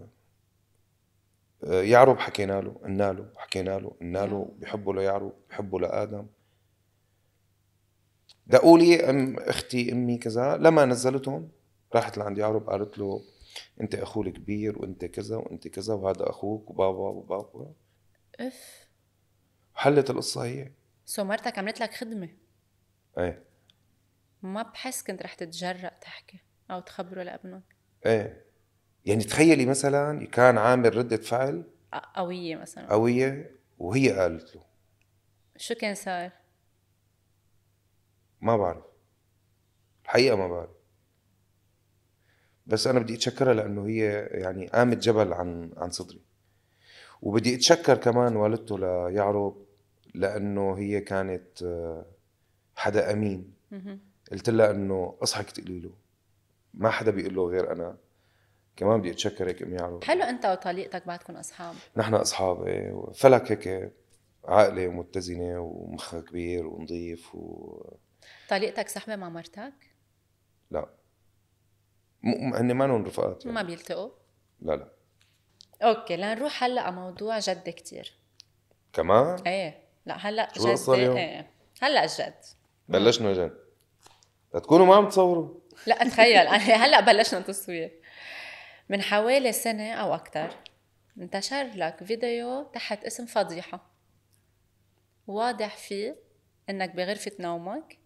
S1: آه، يعرب حكينا له قلنا له حكينا له قلنا له بحبه ليعرب بحبه لادم دقوا لي أم اختي امي كذا لما نزلتهم راحت لعند يعرب قالت له انت اخوه الكبير وانت كذا وانت كذا وهذا اخوك وبابا وبابا
S2: اف
S1: حلت القصه هي
S2: سو مرتك عملت لك خدمه
S1: ايه
S2: ما بحس كنت رح تتجرأ تحكي او تخبره لابنك
S1: ايه يعني تخيلي مثلا كان عامل رده فعل
S2: أ- قويه مثلا
S1: قويه وهي قالت له
S2: شو كان صار؟
S1: ما بعرف الحقيقه ما بعرف بس انا بدي اتشكرها لانه هي يعني قامت جبل عن عن صدري وبدي اتشكر كمان والدته ليعرب لانه هي كانت آه، حدا امين
S2: مهم.
S1: قلت لها انه اصحك تقولي له ما حدا بيقول له غير انا كمان بدي اتشكرك ام يعرب
S2: حلو انت وطليقتك بعدكم اصحاب
S1: نحن اصحاب إيه، وفلك هيك عاقله ومتزنه ومخها كبير ونظيف و
S2: طليقتك صاحبه مع مرتك؟
S1: لا م- م- هن مانن رفقات يعني.
S2: ما بيلتقوا؟
S1: لا لا
S2: اوكي لنروح هلا على موضوع جد كتير
S1: كمان
S2: ايه لا هلا
S1: شو القصة
S2: جد
S1: اليوم؟
S2: ايه هلا الجد
S1: بلشنا جن لتكونوا ما عم تصوروا
S2: لا تخيل أنا هلا بلشنا تصوير من حوالي سنة أو أكثر انتشر لك فيديو تحت اسم فضيحة واضح فيه إنك بغرفة نومك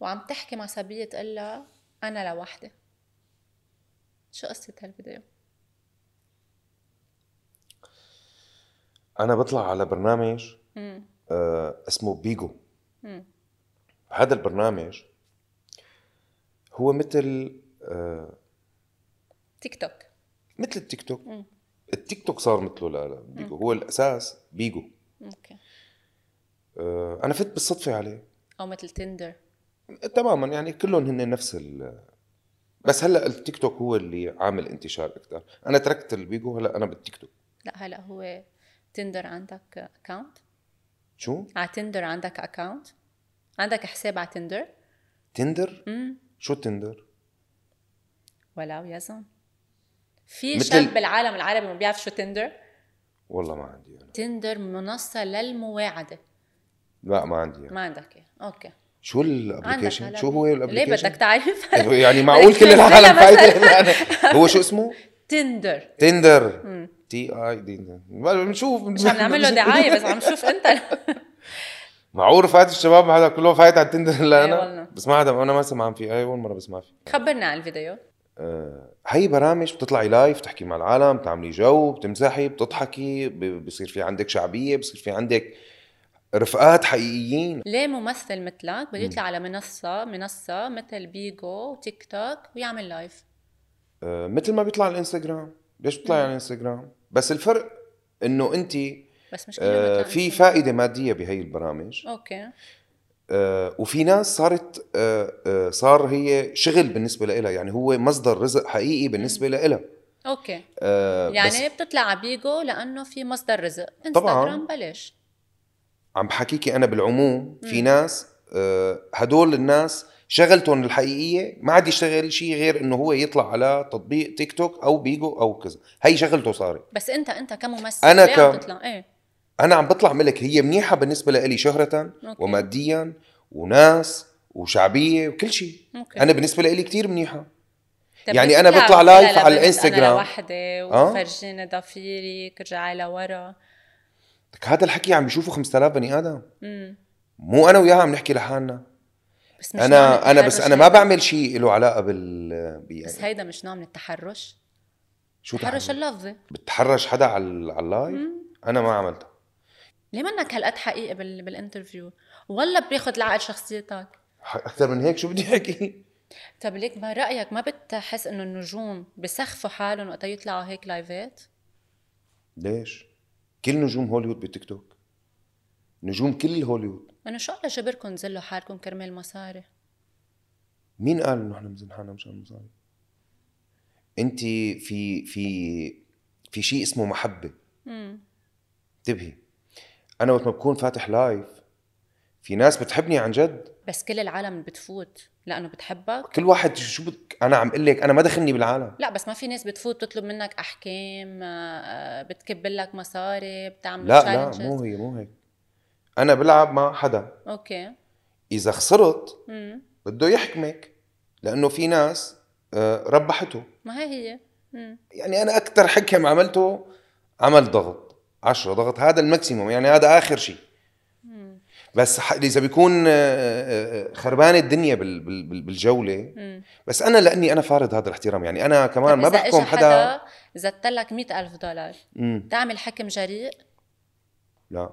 S2: وعم تحكي مع صبية تقلها أنا لوحدي شو قصة هالفيديو؟
S1: انا بطلع على برنامج
S2: مم.
S1: آه، اسمه بيجو
S2: مم.
S1: هذا البرنامج هو مثل آه،
S2: تيك توك
S1: مثل التيك توك
S2: مم.
S1: التيك توك صار مثله لا لا بيجو هو الاساس بيجو
S2: اوكي
S1: آه، انا فت بالصدفه عليه
S2: أو مثل تندر
S1: تماما يعني كلهم هن نفس ال بس هلا التيك توك هو اللي عامل انتشار اكثر انا تركت البيجو هلا انا بالتيك توك
S2: لا هلا هو تندر عندك أكاونت
S1: شو
S2: على تندر عندك أكاونت عندك حساب على تندر
S1: تندر
S2: مم.
S1: شو تندر
S2: ولو يظن في
S1: مثل
S2: شاب
S1: ال-
S2: بالعالم العربي ما بيعرف شو تندر
S1: والله ما عندي انا
S2: تندر منصة للمواعدة
S1: لا ما عندي أنا.
S2: ما عندك إياها. اوكي
S1: شو
S2: عندك
S1: الابلكيشن
S2: هلا.
S1: شو هو
S2: ليه بدك
S1: الابلكيشن
S2: تعرف
S1: يعني معقول كل العالم فايت هو شو اسمه
S2: تندر
S1: تندر
S2: مم.
S1: تي اي دي بنشوف
S2: مش عم نعمل له دعاية بس عم شوف انت
S1: معقول رفقات الشباب هذا كله فايت على التندر الا
S2: إيه
S1: انا
S2: والله.
S1: بس ما حدا انا ما سمعان فيه اي اول مره بسمع فيه
S2: خبرنا عن الفيديو
S1: آه، هي برامج بتطلعي لايف بتحكي مع العالم بتعملي جو بتمزحي بتضحكي ب- بصير في عندك شعبيه بصير في عندك رفقات حقيقيين
S2: ليه ممثل مثلك بده يطلع على منصة منصة مثل بيجو وتيك توك ويعمل لايف
S1: آه، مثل ما بيطلع على الانستغرام ليش بتطلعي على الانستغرام بس الفرق انه انت
S2: بس مشكله
S1: آه
S2: بطلع
S1: في
S2: إنسان.
S1: فائده ماديه بهي البرامج
S2: اوكي
S1: آه، وفي ناس صارت آه، آه، صار هي شغل بالنسبه لها يعني هو مصدر رزق حقيقي بالنسبه لها
S2: اوكي
S1: آه، بس
S2: يعني بتطلع على بيجو لانه في مصدر رزق انستغرام بلاش
S1: عم بحكيكي انا بالعموم في ناس آه، هدول الناس شغلتهم الحقيقيه ما عاد يشتغل شيء غير انه هو يطلع على تطبيق تيك توك او بيجو او كذا هي شغلته صارت
S2: بس انت انت كممثل
S1: أنا
S2: ليه عم
S1: ك-
S2: تطلع ايه
S1: انا عم بطلع ملك هي منيحه بالنسبه لي شهره
S2: أوكي.
S1: وماديا وناس وشعبيه وكل شيء
S2: أوكي.
S1: انا بالنسبه لي كثير منيحه
S2: طب
S1: يعني
S2: ليش
S1: أنا
S2: بتطلع
S1: بطلع
S2: على
S1: لايف
S2: بنت
S1: على
S2: انا
S1: الإنستغرام؟
S2: لوحدي
S1: آه.
S2: وفرجيني ضفيرك ارجعي لورا
S1: لك هذا الحكي عم بيشوفه 5000 بني ادم
S2: امم
S1: مو انا وياها عم نحكي لحالنا
S2: بس مش نوع من
S1: انا انا بس
S2: التحرش
S1: انا ما
S2: هيدا.
S1: بعمل شيء له علاقه بال ب-
S2: بس
S1: يعني
S2: هيدا مش نوع من التحرش
S1: شو
S2: تحرش
S1: تحرش
S2: اللفظي
S1: بتحرش حدا على ال- على اللايف انا ما عملتها
S2: ليه منك هالقد حقيقي بال... بالانترفيو والله بياخد العقل شخصيتك
S1: اكثر من هيك شو بدي احكي
S2: طب ليك ما رأيك ما بتحس انه النجوم بسخفوا حالهم وقتا يطلعوا هيك لايفات؟
S1: ليش كل نجوم هوليوود بتيك توك نجوم كل هوليوود
S2: انه شو الله جبركم تذلوا حالكم كرمال مصاري؟
S1: مين قال انه احنا بنزن حالنا مشان المصاري انت في في في شيء اسمه محبه
S2: امم
S1: انتبهي انا وقت ما بكون فاتح لايف في ناس بتحبني عن جد
S2: بس كل العالم بتفوت لانه بتحبك؟
S1: كل واحد شو بت... انا عم اقول لك انا ما دخلني بالعالم
S2: لا بس ما في ناس بتفوت تطلب منك احكام آه، بتكب لك مصاري بتعمل
S1: لا
S2: challenges.
S1: لا مو هي مو هيك انا بلعب مع حدا
S2: اوكي
S1: اذا خسرت
S2: امم
S1: بده يحكمك لانه في ناس آه، ربحته
S2: ما هي هي امم
S1: يعني انا اكثر حكم عملته عمل ضغط 10 ضغط هذا الماكسيموم يعني هذا اخر شيء بس ح- اذا بيكون آه، آه، آه، خربان الدنيا بال- بال- بال- بالجوله
S2: امم
S1: بس انا لاني انا فارض هذا الاحترام يعني انا كمان ما
S2: طب إذا
S1: بحكم
S2: إجا
S1: حدا
S2: حدا زدت لك 100000 دولار
S1: مم.
S2: تعمل حكم جريء؟
S1: لا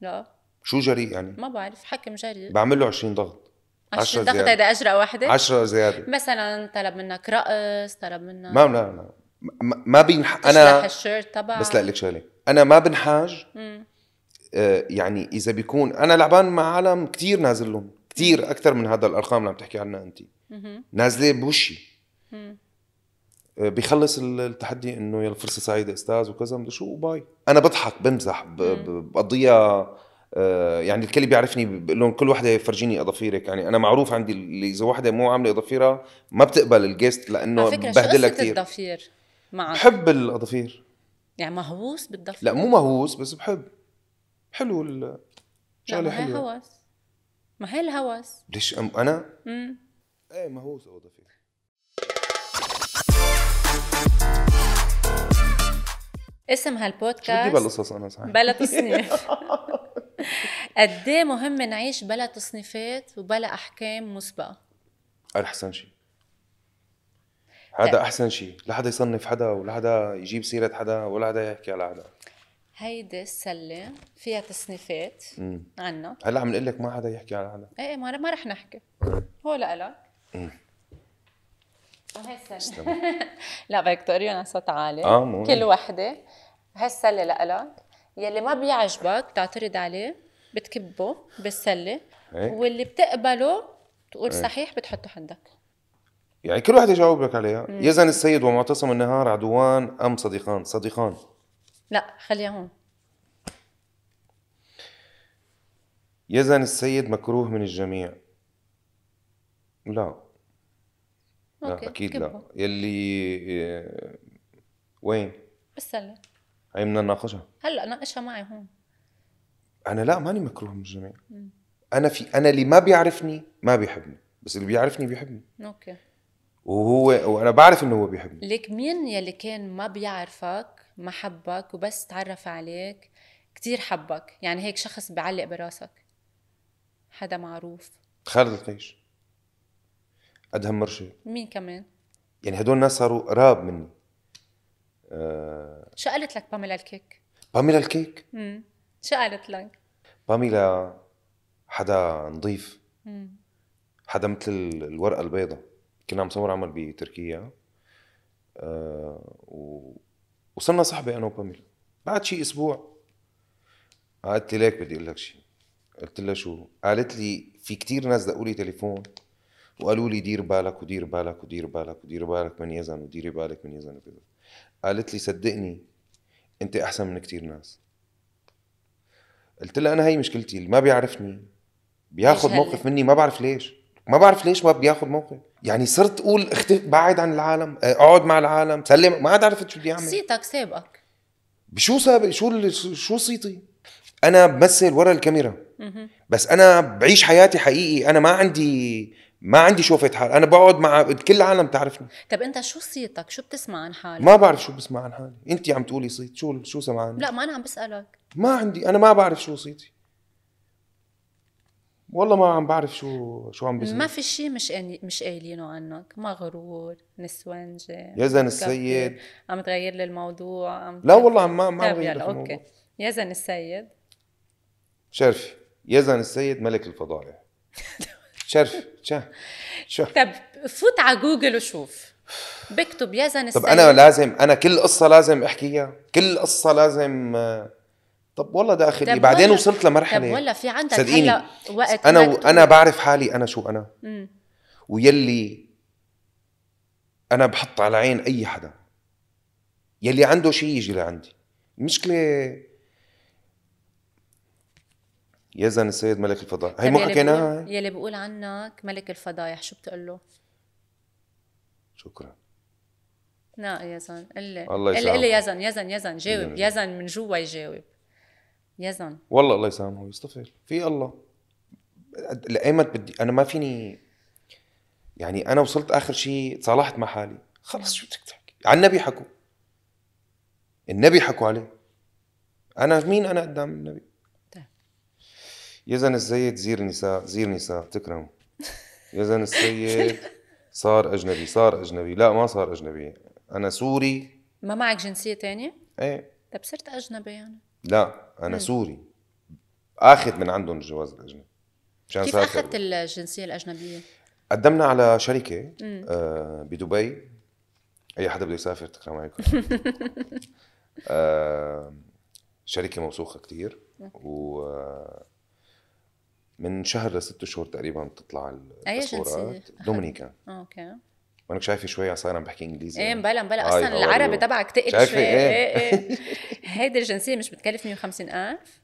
S2: لا
S1: شو جريء يعني
S2: ما بعرف حكم جريء
S1: بعمل له 20 ضغط
S2: 10
S1: 10
S2: ضغط
S1: زيادة.
S2: هيدا اجرأ وحده
S1: 10 زياده
S2: مثلا طلب منك رقص طلب منك
S1: ما لا لا ما, ما بينح
S2: انا
S1: انا
S2: الشيرت تبعك
S1: بس لا لك شغله انا ما بنحاج
S2: مم.
S1: آه، يعني اذا بيكون انا لعبان مع عالم كتير نازل لهم كتير اكثر من هذا الارقام اللي عم تحكي عنها انت
S2: مهم.
S1: نازله بوشي
S2: مم.
S1: آه، بيخلص ال- التحدي انه يلا فرصه سعيده استاذ وكذا مدري شو وباي انا بضحك بمزح ب- ب- بقضيها آه، يعني الكل بيعرفني بقول لهم كل وحده فرجيني اظافيرك يعني انا معروف عندي اللي اذا وحده مو عامله اظافيرها ما بتقبل الجيست لانه
S2: على فكره شو
S1: بهدلها
S2: قصه
S1: كثير
S2: الضفير معك
S1: بحب الاظافير
S2: يعني مهووس بالضفير
S1: لا مو مهووس بس بحب حلو ال
S2: لا،
S1: شغله
S2: ما هي
S1: حلوه
S2: هوس ما هي الهوس
S1: ليش أم انا
S2: مم.
S1: ايه مهووس او ضفير
S2: اسم
S1: شو بدي
S2: هالبودكاست
S1: بالقصص انا صحيح
S2: بلا تصنيف قد ايه مهم نعيش بلا تصنيفات وبلا احكام مسبقه
S1: هذا احسن شيء هذا احسن شيء لا حدا يصنف حدا ولا حدا يجيب سيره حدا ولا حدا يحكي على حدا
S2: هيدي السله فيها تصنيفات
S1: مم.
S2: عنا
S1: هلا عم نقول لك ما حدا يحكي على حدا
S2: ايه ما ما رح نحكي هو لألك وهي السله
S1: تمام.
S2: لا فيكتوريا على صوت عالي
S1: آه، مو
S2: كل
S1: إيه.
S2: وحده هالسله لإلك يلي ما بيعجبك بتعترض عليه بتكبه بالسله
S1: هيك.
S2: واللي بتقبله تقول صحيح بتحطه عندك
S1: يعني كل واحد يجاوب لك عليها يزن السيد ومعتصم النهار عدوان ام صديقان صديقان
S2: لا خليها هون
S1: يزن السيد مكروه من الجميع لا
S2: اوكي
S1: لا اكيد
S2: كبه
S1: لا يلي آه، وين
S2: بالسله
S1: هي بدنا نناقشها
S2: هلا ناقشها معي هون
S1: انا لا ماني مكروه من الجميع انا في انا اللي ما بيعرفني ما بيحبني بس اللي بيعرفني بيحبني
S2: اوكي
S1: وهو وانا بعرف انه هو بيحبني
S2: ليك مين يلي كان ما بيعرفك ما حبك وبس تعرف عليك كتير حبك يعني هيك شخص بعلق براسك حدا معروف
S1: خالد القيش ادهم مرشد
S2: مين كمان
S1: يعني هدول الناس صاروا قراب مني آه...
S2: شو قالت لك باميلا الكيك
S1: باميلا الكيك
S2: امم شو قالت لك
S1: باميلا حدا نظيف
S2: مم.
S1: حدا مثل ال- الورقه البيضاء كنا عم صور عمل بتركيا آه... و... وصرنا صحبه انا وباميلا بعد شي اسبوع قعدت لي ليك بدي اقول لك شيء قلت لها شو قالت لي في كتير ناس دقوا لي تليفون وقالوا لي دير بالك ودير بالك ودير بالك ودير بالك من يزن وديري بالك من يزن وكذا قالت لي صدقني انت احسن من كتير ناس قلت لها انا هي مشكلتي اللي ما بيعرفني بياخذ
S2: ليش
S1: موقف مني ما بعرف ليش ما بعرف ليش ما بياخذ موقف يعني صرت اقول اختف بعد عن العالم اه، اقعد مع العالم سلم ما عاد عرفت شو بدي اعمل
S2: صيتك سابقك
S1: بشو سابق شو ال- شو صيتي انا بمثل ورا الكاميرا
S2: مهم.
S1: بس انا بعيش حياتي حقيقي انا ما عندي ما عندي شوفة حال انا بقعد مع كل العالم بتعرفني
S2: طب انت شو صيتك شو بتسمع عن حالك
S1: ما بعرف شو بسمع عن حالي انت عم تقولي صيت شو شو سمعان
S2: لا ما انا عم بسالك
S1: ما عندي انا ما بعرف شو صيتي والله ما عم بعرف شو شو عم
S2: ما
S1: بصير
S2: في شيء مش قاني- مش قايلينه عنك مغرور نسوانجه
S1: يزن السيد
S2: عم تغير لي الموضوع عم
S1: لا والله ما ما عم
S2: طيب
S1: غير لك
S2: يلا
S1: الموضوع.
S2: اوكي يزن السيد
S1: شرفي يزن السيد ملك الفضائع شرفي شه شه
S2: طب فوت على جوجل وشوف بكتب يزن السيد
S1: طب انا لازم انا كل قصه لازم احكيها كل قصه لازم آه، طب والله ده اخر
S2: طب
S1: بعدين
S2: ولا-
S1: وصلت
S2: طب
S1: لمرحله
S2: ولا في عندك
S1: صدقيني.
S2: هلا وقت
S1: انا
S2: مكتوب.
S1: انا بعرف حالي انا شو انا
S2: مم.
S1: ويلي انا بحط على عين اي حدا يلي عنده شيء يجي لعندي المشكله يزن السيد ملك الفضاء هي
S2: طب
S1: مو
S2: يلي
S1: حكيناها
S2: بقول-
S1: هي؟
S2: يلي بقول عنك ملك الفضايح شو بتقول له؟
S1: شكرا
S2: لا يزن قلي
S1: الله
S2: قلي قلي
S1: يسامحك.
S2: يزن يزن يزن جاوب
S1: يزن.
S2: يزن من جوا يجاوب يزن
S1: والله الله يسامحه يستفل في الله لايمت بدي انا ما فيني يعني انا وصلت اخر شيء تصالحت مع حالي خلص شو بدك تحكي عن النبي حكوا النبي حكوا عليه انا مين انا قدام النبي
S2: طيب.
S1: يزن الزيت زير نساء زير نساء تكرم يزن السيد صار اجنبي صار اجنبي لا ما صار اجنبي انا سوري
S2: ما معك جنسية تانية؟
S1: ايه
S2: طب صرت أجنبي يعني
S1: لا انا سوري اخذ من عندهم الجواز الاجنبي مشان
S2: كيف
S1: صار
S2: أخذت
S1: خير.
S2: الجنسية الأجنبية؟
S1: قدمنا على شركه
S2: مم.
S1: آه بدبي اي حدا بده يسافر تكرم عينكم آه شركه موثوقه كتير و آه، من شهر لست شهور تقريبا بتطلع الباسبورات
S2: جنسية؟
S1: دومينيكان
S2: آه، أوكي
S1: وانك شايفه شوي صاير عم بحكي انجليزي
S2: ايه
S1: يعني.
S2: مبلا مبلا
S1: Hi,
S2: اصلا
S1: how are
S2: العربي
S1: you؟
S2: تبعك تقل
S1: شايفة؟
S2: شوي
S1: إيه.
S2: ايه ايه هيدي الجنسية مش بتكلف 150000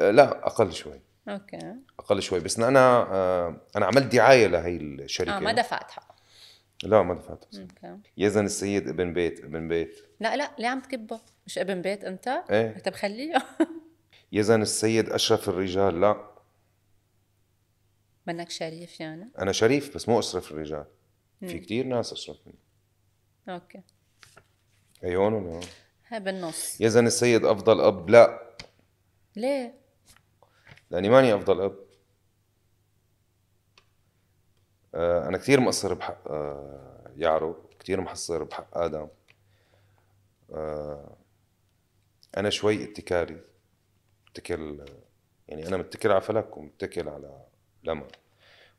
S1: آه لا اقل شوي
S2: اوكي
S1: اقل شوي بس انا آه انا عملت دعايه لهي الشركه
S2: اه ما دفعت حقها
S1: لا ما دفعت بس.
S2: اوكي
S1: يزن السيد ابن بيت ابن بيت
S2: لا لا ليه عم تكبه؟ مش ابن بيت انت؟
S1: ايه
S2: طب خليه
S1: يزن السيد اشرف الرجال لا
S2: منك شريف يعني
S1: انا شريف بس مو اشرف الرجال في
S2: مم.
S1: كتير ناس اشرف مني
S2: اوكي
S1: اي هون ولا هون
S2: هاي بالنص
S1: يزن السيد افضل اب لا
S2: ليه؟
S1: لاني ماني افضل اب آه انا كتير مقصر بحق آه يعرو كتير محصر بحق ادم آه انا شوي اتكالي اتكل يعني انا متكل على فلك ومتكل على لمر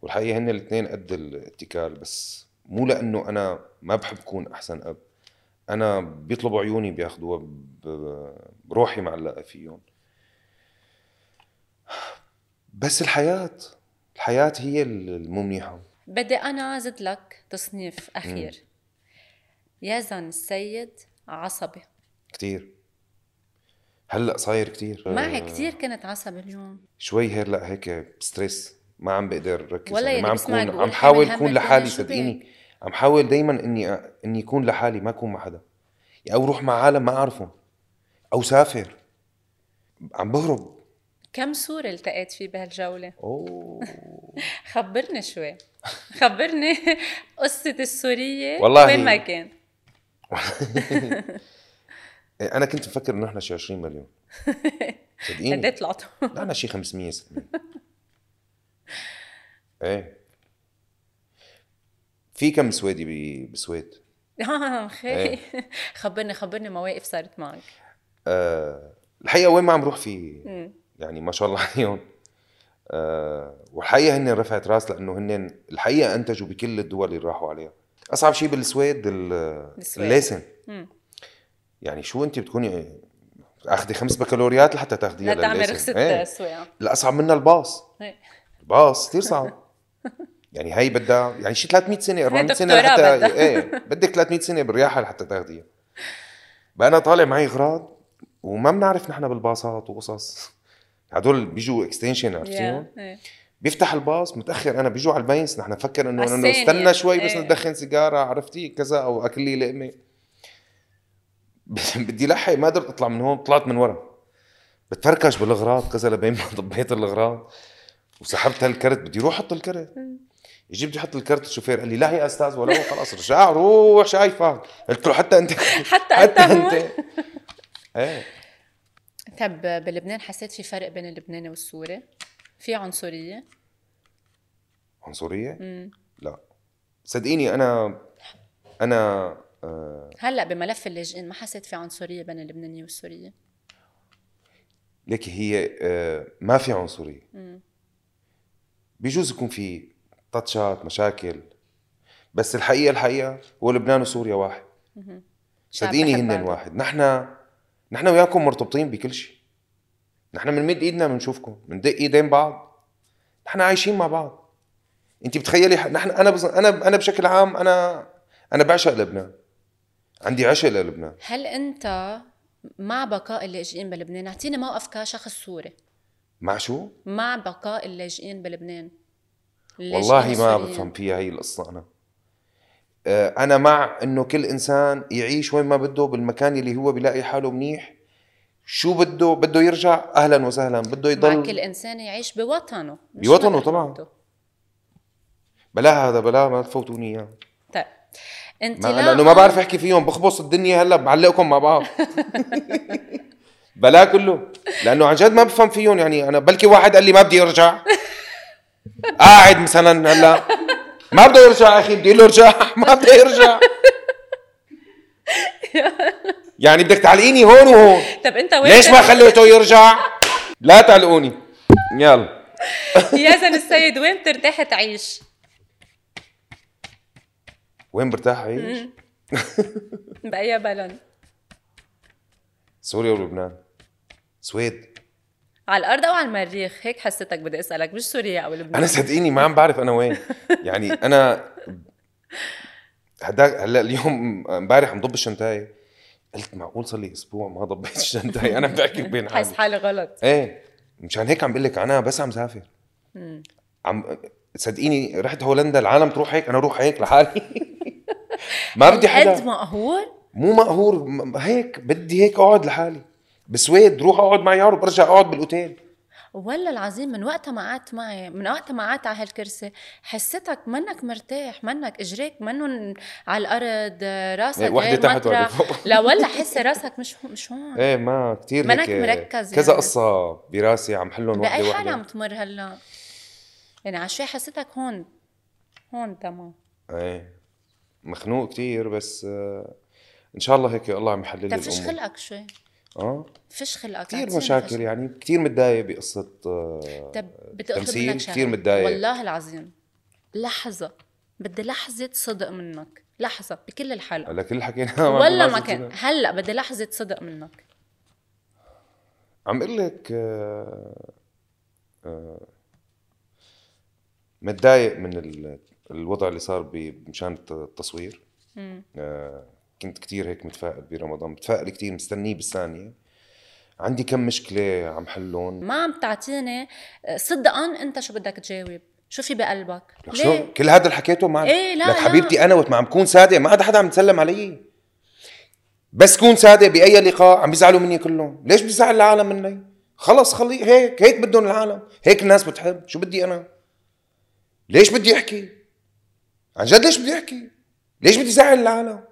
S1: والحقيقه هن الاثنين قد الاتكال بس مو لانه انا ما بحب كون احسن اب انا بيطلبوا عيوني بياخذوها ب- بروحي معلقه فيهم بس الحياه الحياه هي الممنحه
S2: بدي انا زد لك تصنيف اخير يزن السيد عصبي
S1: كتير هلا صاير كتير
S2: معي كثير كنت عصبي اليوم
S1: شوي هلا هيك ستريس ما عم بقدر ركز
S2: والله
S1: يعني
S2: يلي
S1: ما عم
S2: بسمعك
S1: كون
S2: بقول
S1: عم حاول
S2: حامل
S1: كون
S2: هم
S1: لحالي
S2: الدنيا شو
S1: صدقيني عم حاول دائما اني أ- اني اكون لحالي ما اكون مع حدا يعني او روح مع عالم ما اعرفهم او سافر عم بهرب
S2: كم سوري التقيت فيه بهالجوله؟
S1: اوه
S2: خبرني شوي خبرني قصة السورية
S1: والله
S2: وين ما كان
S1: إيه، انا كنت مفكر انه احنا شي 20 مليون
S2: قد إيه
S1: صدقيني
S2: طلعتوا
S1: لا انا شي 500 600 ايه في كم سويدي ب- بالسويد؟
S2: آه، خي
S1: إيه.
S2: خبرني خبرني مواقف صارت معك
S1: آه الحقيقه وين ما عم روح في
S2: مم.
S1: يعني ما شاء الله عليهم آه والحقيقه هن رفعت راس لانه هن الحقيقه انتجوا بكل الدول اللي راحوا عليها اصعب شيء بالسويد ال-
S2: السويد.
S1: الليسن
S2: مم.
S1: يعني شو انت بتكوني اخذي خمس بكالوريات لحتى تاخذيها
S2: لتعمل
S1: للاسم.
S2: رخصة
S1: إيه.
S2: سواقة
S1: لا اصعب منها الباص
S2: إيه.
S1: الباص كثير صعب يعني هي بدها يعني شي 300 سنه 400 سنه
S2: دكتوراه
S1: لحتى
S2: بدها.
S1: ايه بدك 300 سنه بالرياحه لحتى تاخذيها بقى انا طالع معي اغراض وما بنعرف نحن بالباصات وقصص هدول بيجوا اكستنشن عرفتيهم
S2: يا، إيه.
S1: بيفتح الباص متاخر انا بيجوا على البينس نحن نفكر انه انه
S2: عالثانية.
S1: استنى شوي بس
S2: إيه.
S1: ندخن سيجاره عرفتي كذا او اكل لي لقمه بدي لحق ما قدرت اطلع من هون طلعت من ورا بتفركش بالاغراض كذا لبين ما ضبيت الاغراض وسحبت هالكرت بدي روح احط الكرت يجي بدي احط الكرت الشوفير قال لي لا يا استاذ ولا هو خلاص رجع آه، روح شايفك قلت له حتى انت
S2: حتى انت هون
S1: ايه
S2: طب بلبنان حسيت في فرق بين اللبناني والسوري في عنصرية
S1: عنصريه
S2: مم.
S1: لا صدقيني انا انا آه
S2: هلا بملف اللاجئين ما حسيت في عنصرية بين اللبنانية والسورية
S1: لك هي آه، ما في عنصريه
S2: مم.
S1: بيجوز يكون في تاتشات مشاكل بس الحقيقه الحقيقه هو لبنان وسوريا واحد
S2: مهم. شعب
S1: صدقيني
S2: بحب
S1: هن
S2: بعضه.
S1: واحد نحن نحن وياكم مرتبطين بكل شيء نحن بنمد ايدنا بنشوفكم بندق ايدين بعض نحن عايشين مع بعض انت بتخيلي ح- نحن انا بز... انا انا بشكل عام انا انا بعشق لبنان عندي عشق للبنان
S2: هل انت مع بقاء اللاجئين بلبنان اعطيني موقف كشخص سوري
S1: مع شو؟
S2: مع بقاء اللاجئين بلبنان اللاجئين
S1: والله ما
S2: السوريين.
S1: بفهم فيها هي القصة أنا آه، أنا مع إنه كل إنسان يعيش وين ما بده بالمكان اللي هو بيلاقي حاله منيح شو بده بده يرجع أهلا وسهلا بده
S2: مع كل
S1: يضل
S2: انسان يعيش بوطنه مش
S1: بوطنه
S2: مدى
S1: طبعاً.
S2: حدوده.
S1: بلا هذا بلا ما تفوتوني إياه
S2: طيب انت
S1: ما
S2: لا
S1: لأنه ما بعرف أحكي فيهم بخبص الدنيا هلا بعلقكم مع بعض بلا كله لأنه عن جد ما بفهم فيهم يعني أنا بلكي واحد قال لي ما بدي أرجع قاعد مثلا هلا ما بده يرجع اخي بدي له ارجع ما بده يرجع يعني بدك تعلقيني هون وهون
S2: طب انت وين
S1: ليش ما خليته يرجع لا تعلقوني يلا
S2: يا زن السيد وين بترتاح تعيش؟
S1: وين برتاح عيش
S2: مم. بأي بلد؟
S1: سوريا ولبنان سويد
S2: على الأرض أو على المريخ؟ هيك حسيتك بدي أسألك مش سوريا أو لبنان
S1: انا صدقيني ما عم بعرف انا وين يعني انا هداك هلا اليوم امبارح عم ضب الشنتاي قلت معقول صار لي اسبوع ما ضبيت الشنتاي انا بحكي بين
S2: حاسس
S1: حالي
S2: حالي غلط
S1: ايه مشان هيك عم بقول لك انا بس عم سافر
S2: مم.
S1: عم صدقيني رحت هولندا العالم تروح هيك انا اروح هيك لحالي ما بدي
S2: قد
S1: حدا
S2: مقهور؟
S1: مو مقهور م- هيك بدي هيك اقعد لحالي بسويد روح اقعد مع يارو برجع اقعد بالاوتيل
S2: والله العظيم من وقتها ما قعدت معي من وقتها ما قعدت على هالكرسي حسيتك منك مرتاح منك اجريك منن على الارض راسك
S1: إيه، وحدة
S2: غير
S1: تحت
S2: مطرح.
S1: وحدة فوق.
S2: لا والله حسي راسك مش هون- مش هون
S1: ايه ما كثير
S2: منك مركز
S1: كذا
S2: يعني.
S1: قصه براسي عم حلهم وحده
S2: بأي حالة عم
S1: وحده
S2: تمر هلا؟ يعني على شوي حسيتك هون هون تمام
S1: ايه مخنوق كثير بس آه، ان شاء الله هيك الله عم يحلل لي
S2: طب فيش
S1: الامور
S2: خلقك شوي
S1: اه
S2: فيش خلقك
S1: كثير
S2: عطيني
S1: مشاكل
S2: فش-
S1: يعني كثير متضايق بقصه آه،
S2: طب بدي اطلب
S1: تمثيل
S2: منك شغله
S1: كتير متضايق.
S2: والله العظيم لحظه بدي لحظه صدق منك لحظه بكل الحلقه
S1: هلا كل حكينا
S2: والله ما كان هلا بدي لحظه صدق منك
S1: عم اقول لك آه، آه، متضايق من ال- الوضع اللي صار ب- مشان الت- التصوير
S2: مم.
S1: آه، كنت كتير هيك متفائل برمضان متفائل كتير مستنيه بالثانية عندي كم مشكلة عم حلهم
S2: ما عم تعطيني آه، صدقا انت شو بدك تجاوب شو في بقلبك
S1: لك شو
S2: ليه
S1: كل هذا اللي حكيته ما
S2: إيه، لا،
S1: لك
S2: لا.
S1: حبيبتي انا وقت ما عم كون صادق ما عاد حدا عم يتسلم علي بس كون صادق باي لقاء عم بيزعلوا مني كلهم ليش بيزعل العالم مني خلص خلي هيك هيك بدهم العالم هيك الناس بتحب شو بدي انا ليش بدي احكي عن جد ليش بدي احكي ليش بدي زعل العالم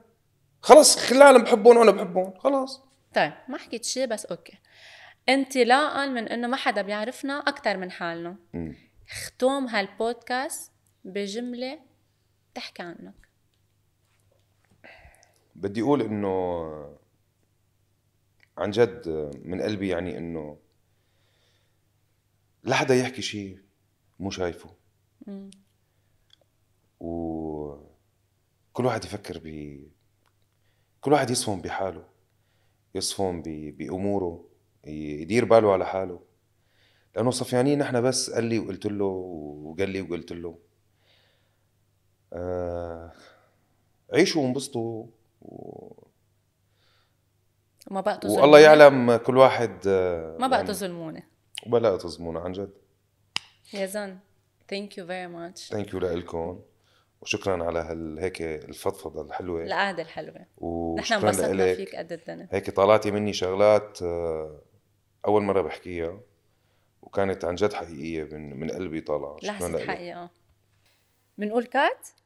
S1: خلص خلي العالم بحبهم وانا بحبهم خلص
S2: طيب ما حكيت شيء بس اوكي انطلاقا من انه ما حدا بيعرفنا اكثر من حالنا
S1: مم.
S2: ختم هالبودكاست بجمله تحكي عنك
S1: بدي اقول انه عن جد من قلبي يعني انه لا حدا يحكي شيء مو شايفه
S2: مم.
S1: وكل واحد يفكر ب كل واحد يسهم بحاله يصفن ب- باموره يدير باله على حاله لانه صفيانين نحن بس قال لي وقلت له وقال لي وقلت له آه عيشوا وانبسطوا و...
S2: وما بقى تظلموني
S1: والله يعلم كل واحد آه،
S2: ما بقى
S1: يعني
S2: تظلموني
S1: وبلا تظلمونا عن جد
S2: يا زن ثانك يو فيري ماتش
S1: ثانك يو لكم وشكرا على هالهيك الفضفضه الحلوه
S2: القعده الحلوه نحن
S1: وشكرا
S2: انبسطنا
S1: لك
S2: فيك قد الدنيا
S1: هيك طلعتي مني شغلات آه، اول مره بحكيها وكانت عن جد حقيقيه من من قلبي طالعه شكراً
S2: لحظه
S1: لإلك.
S2: حقيقه بنقول كات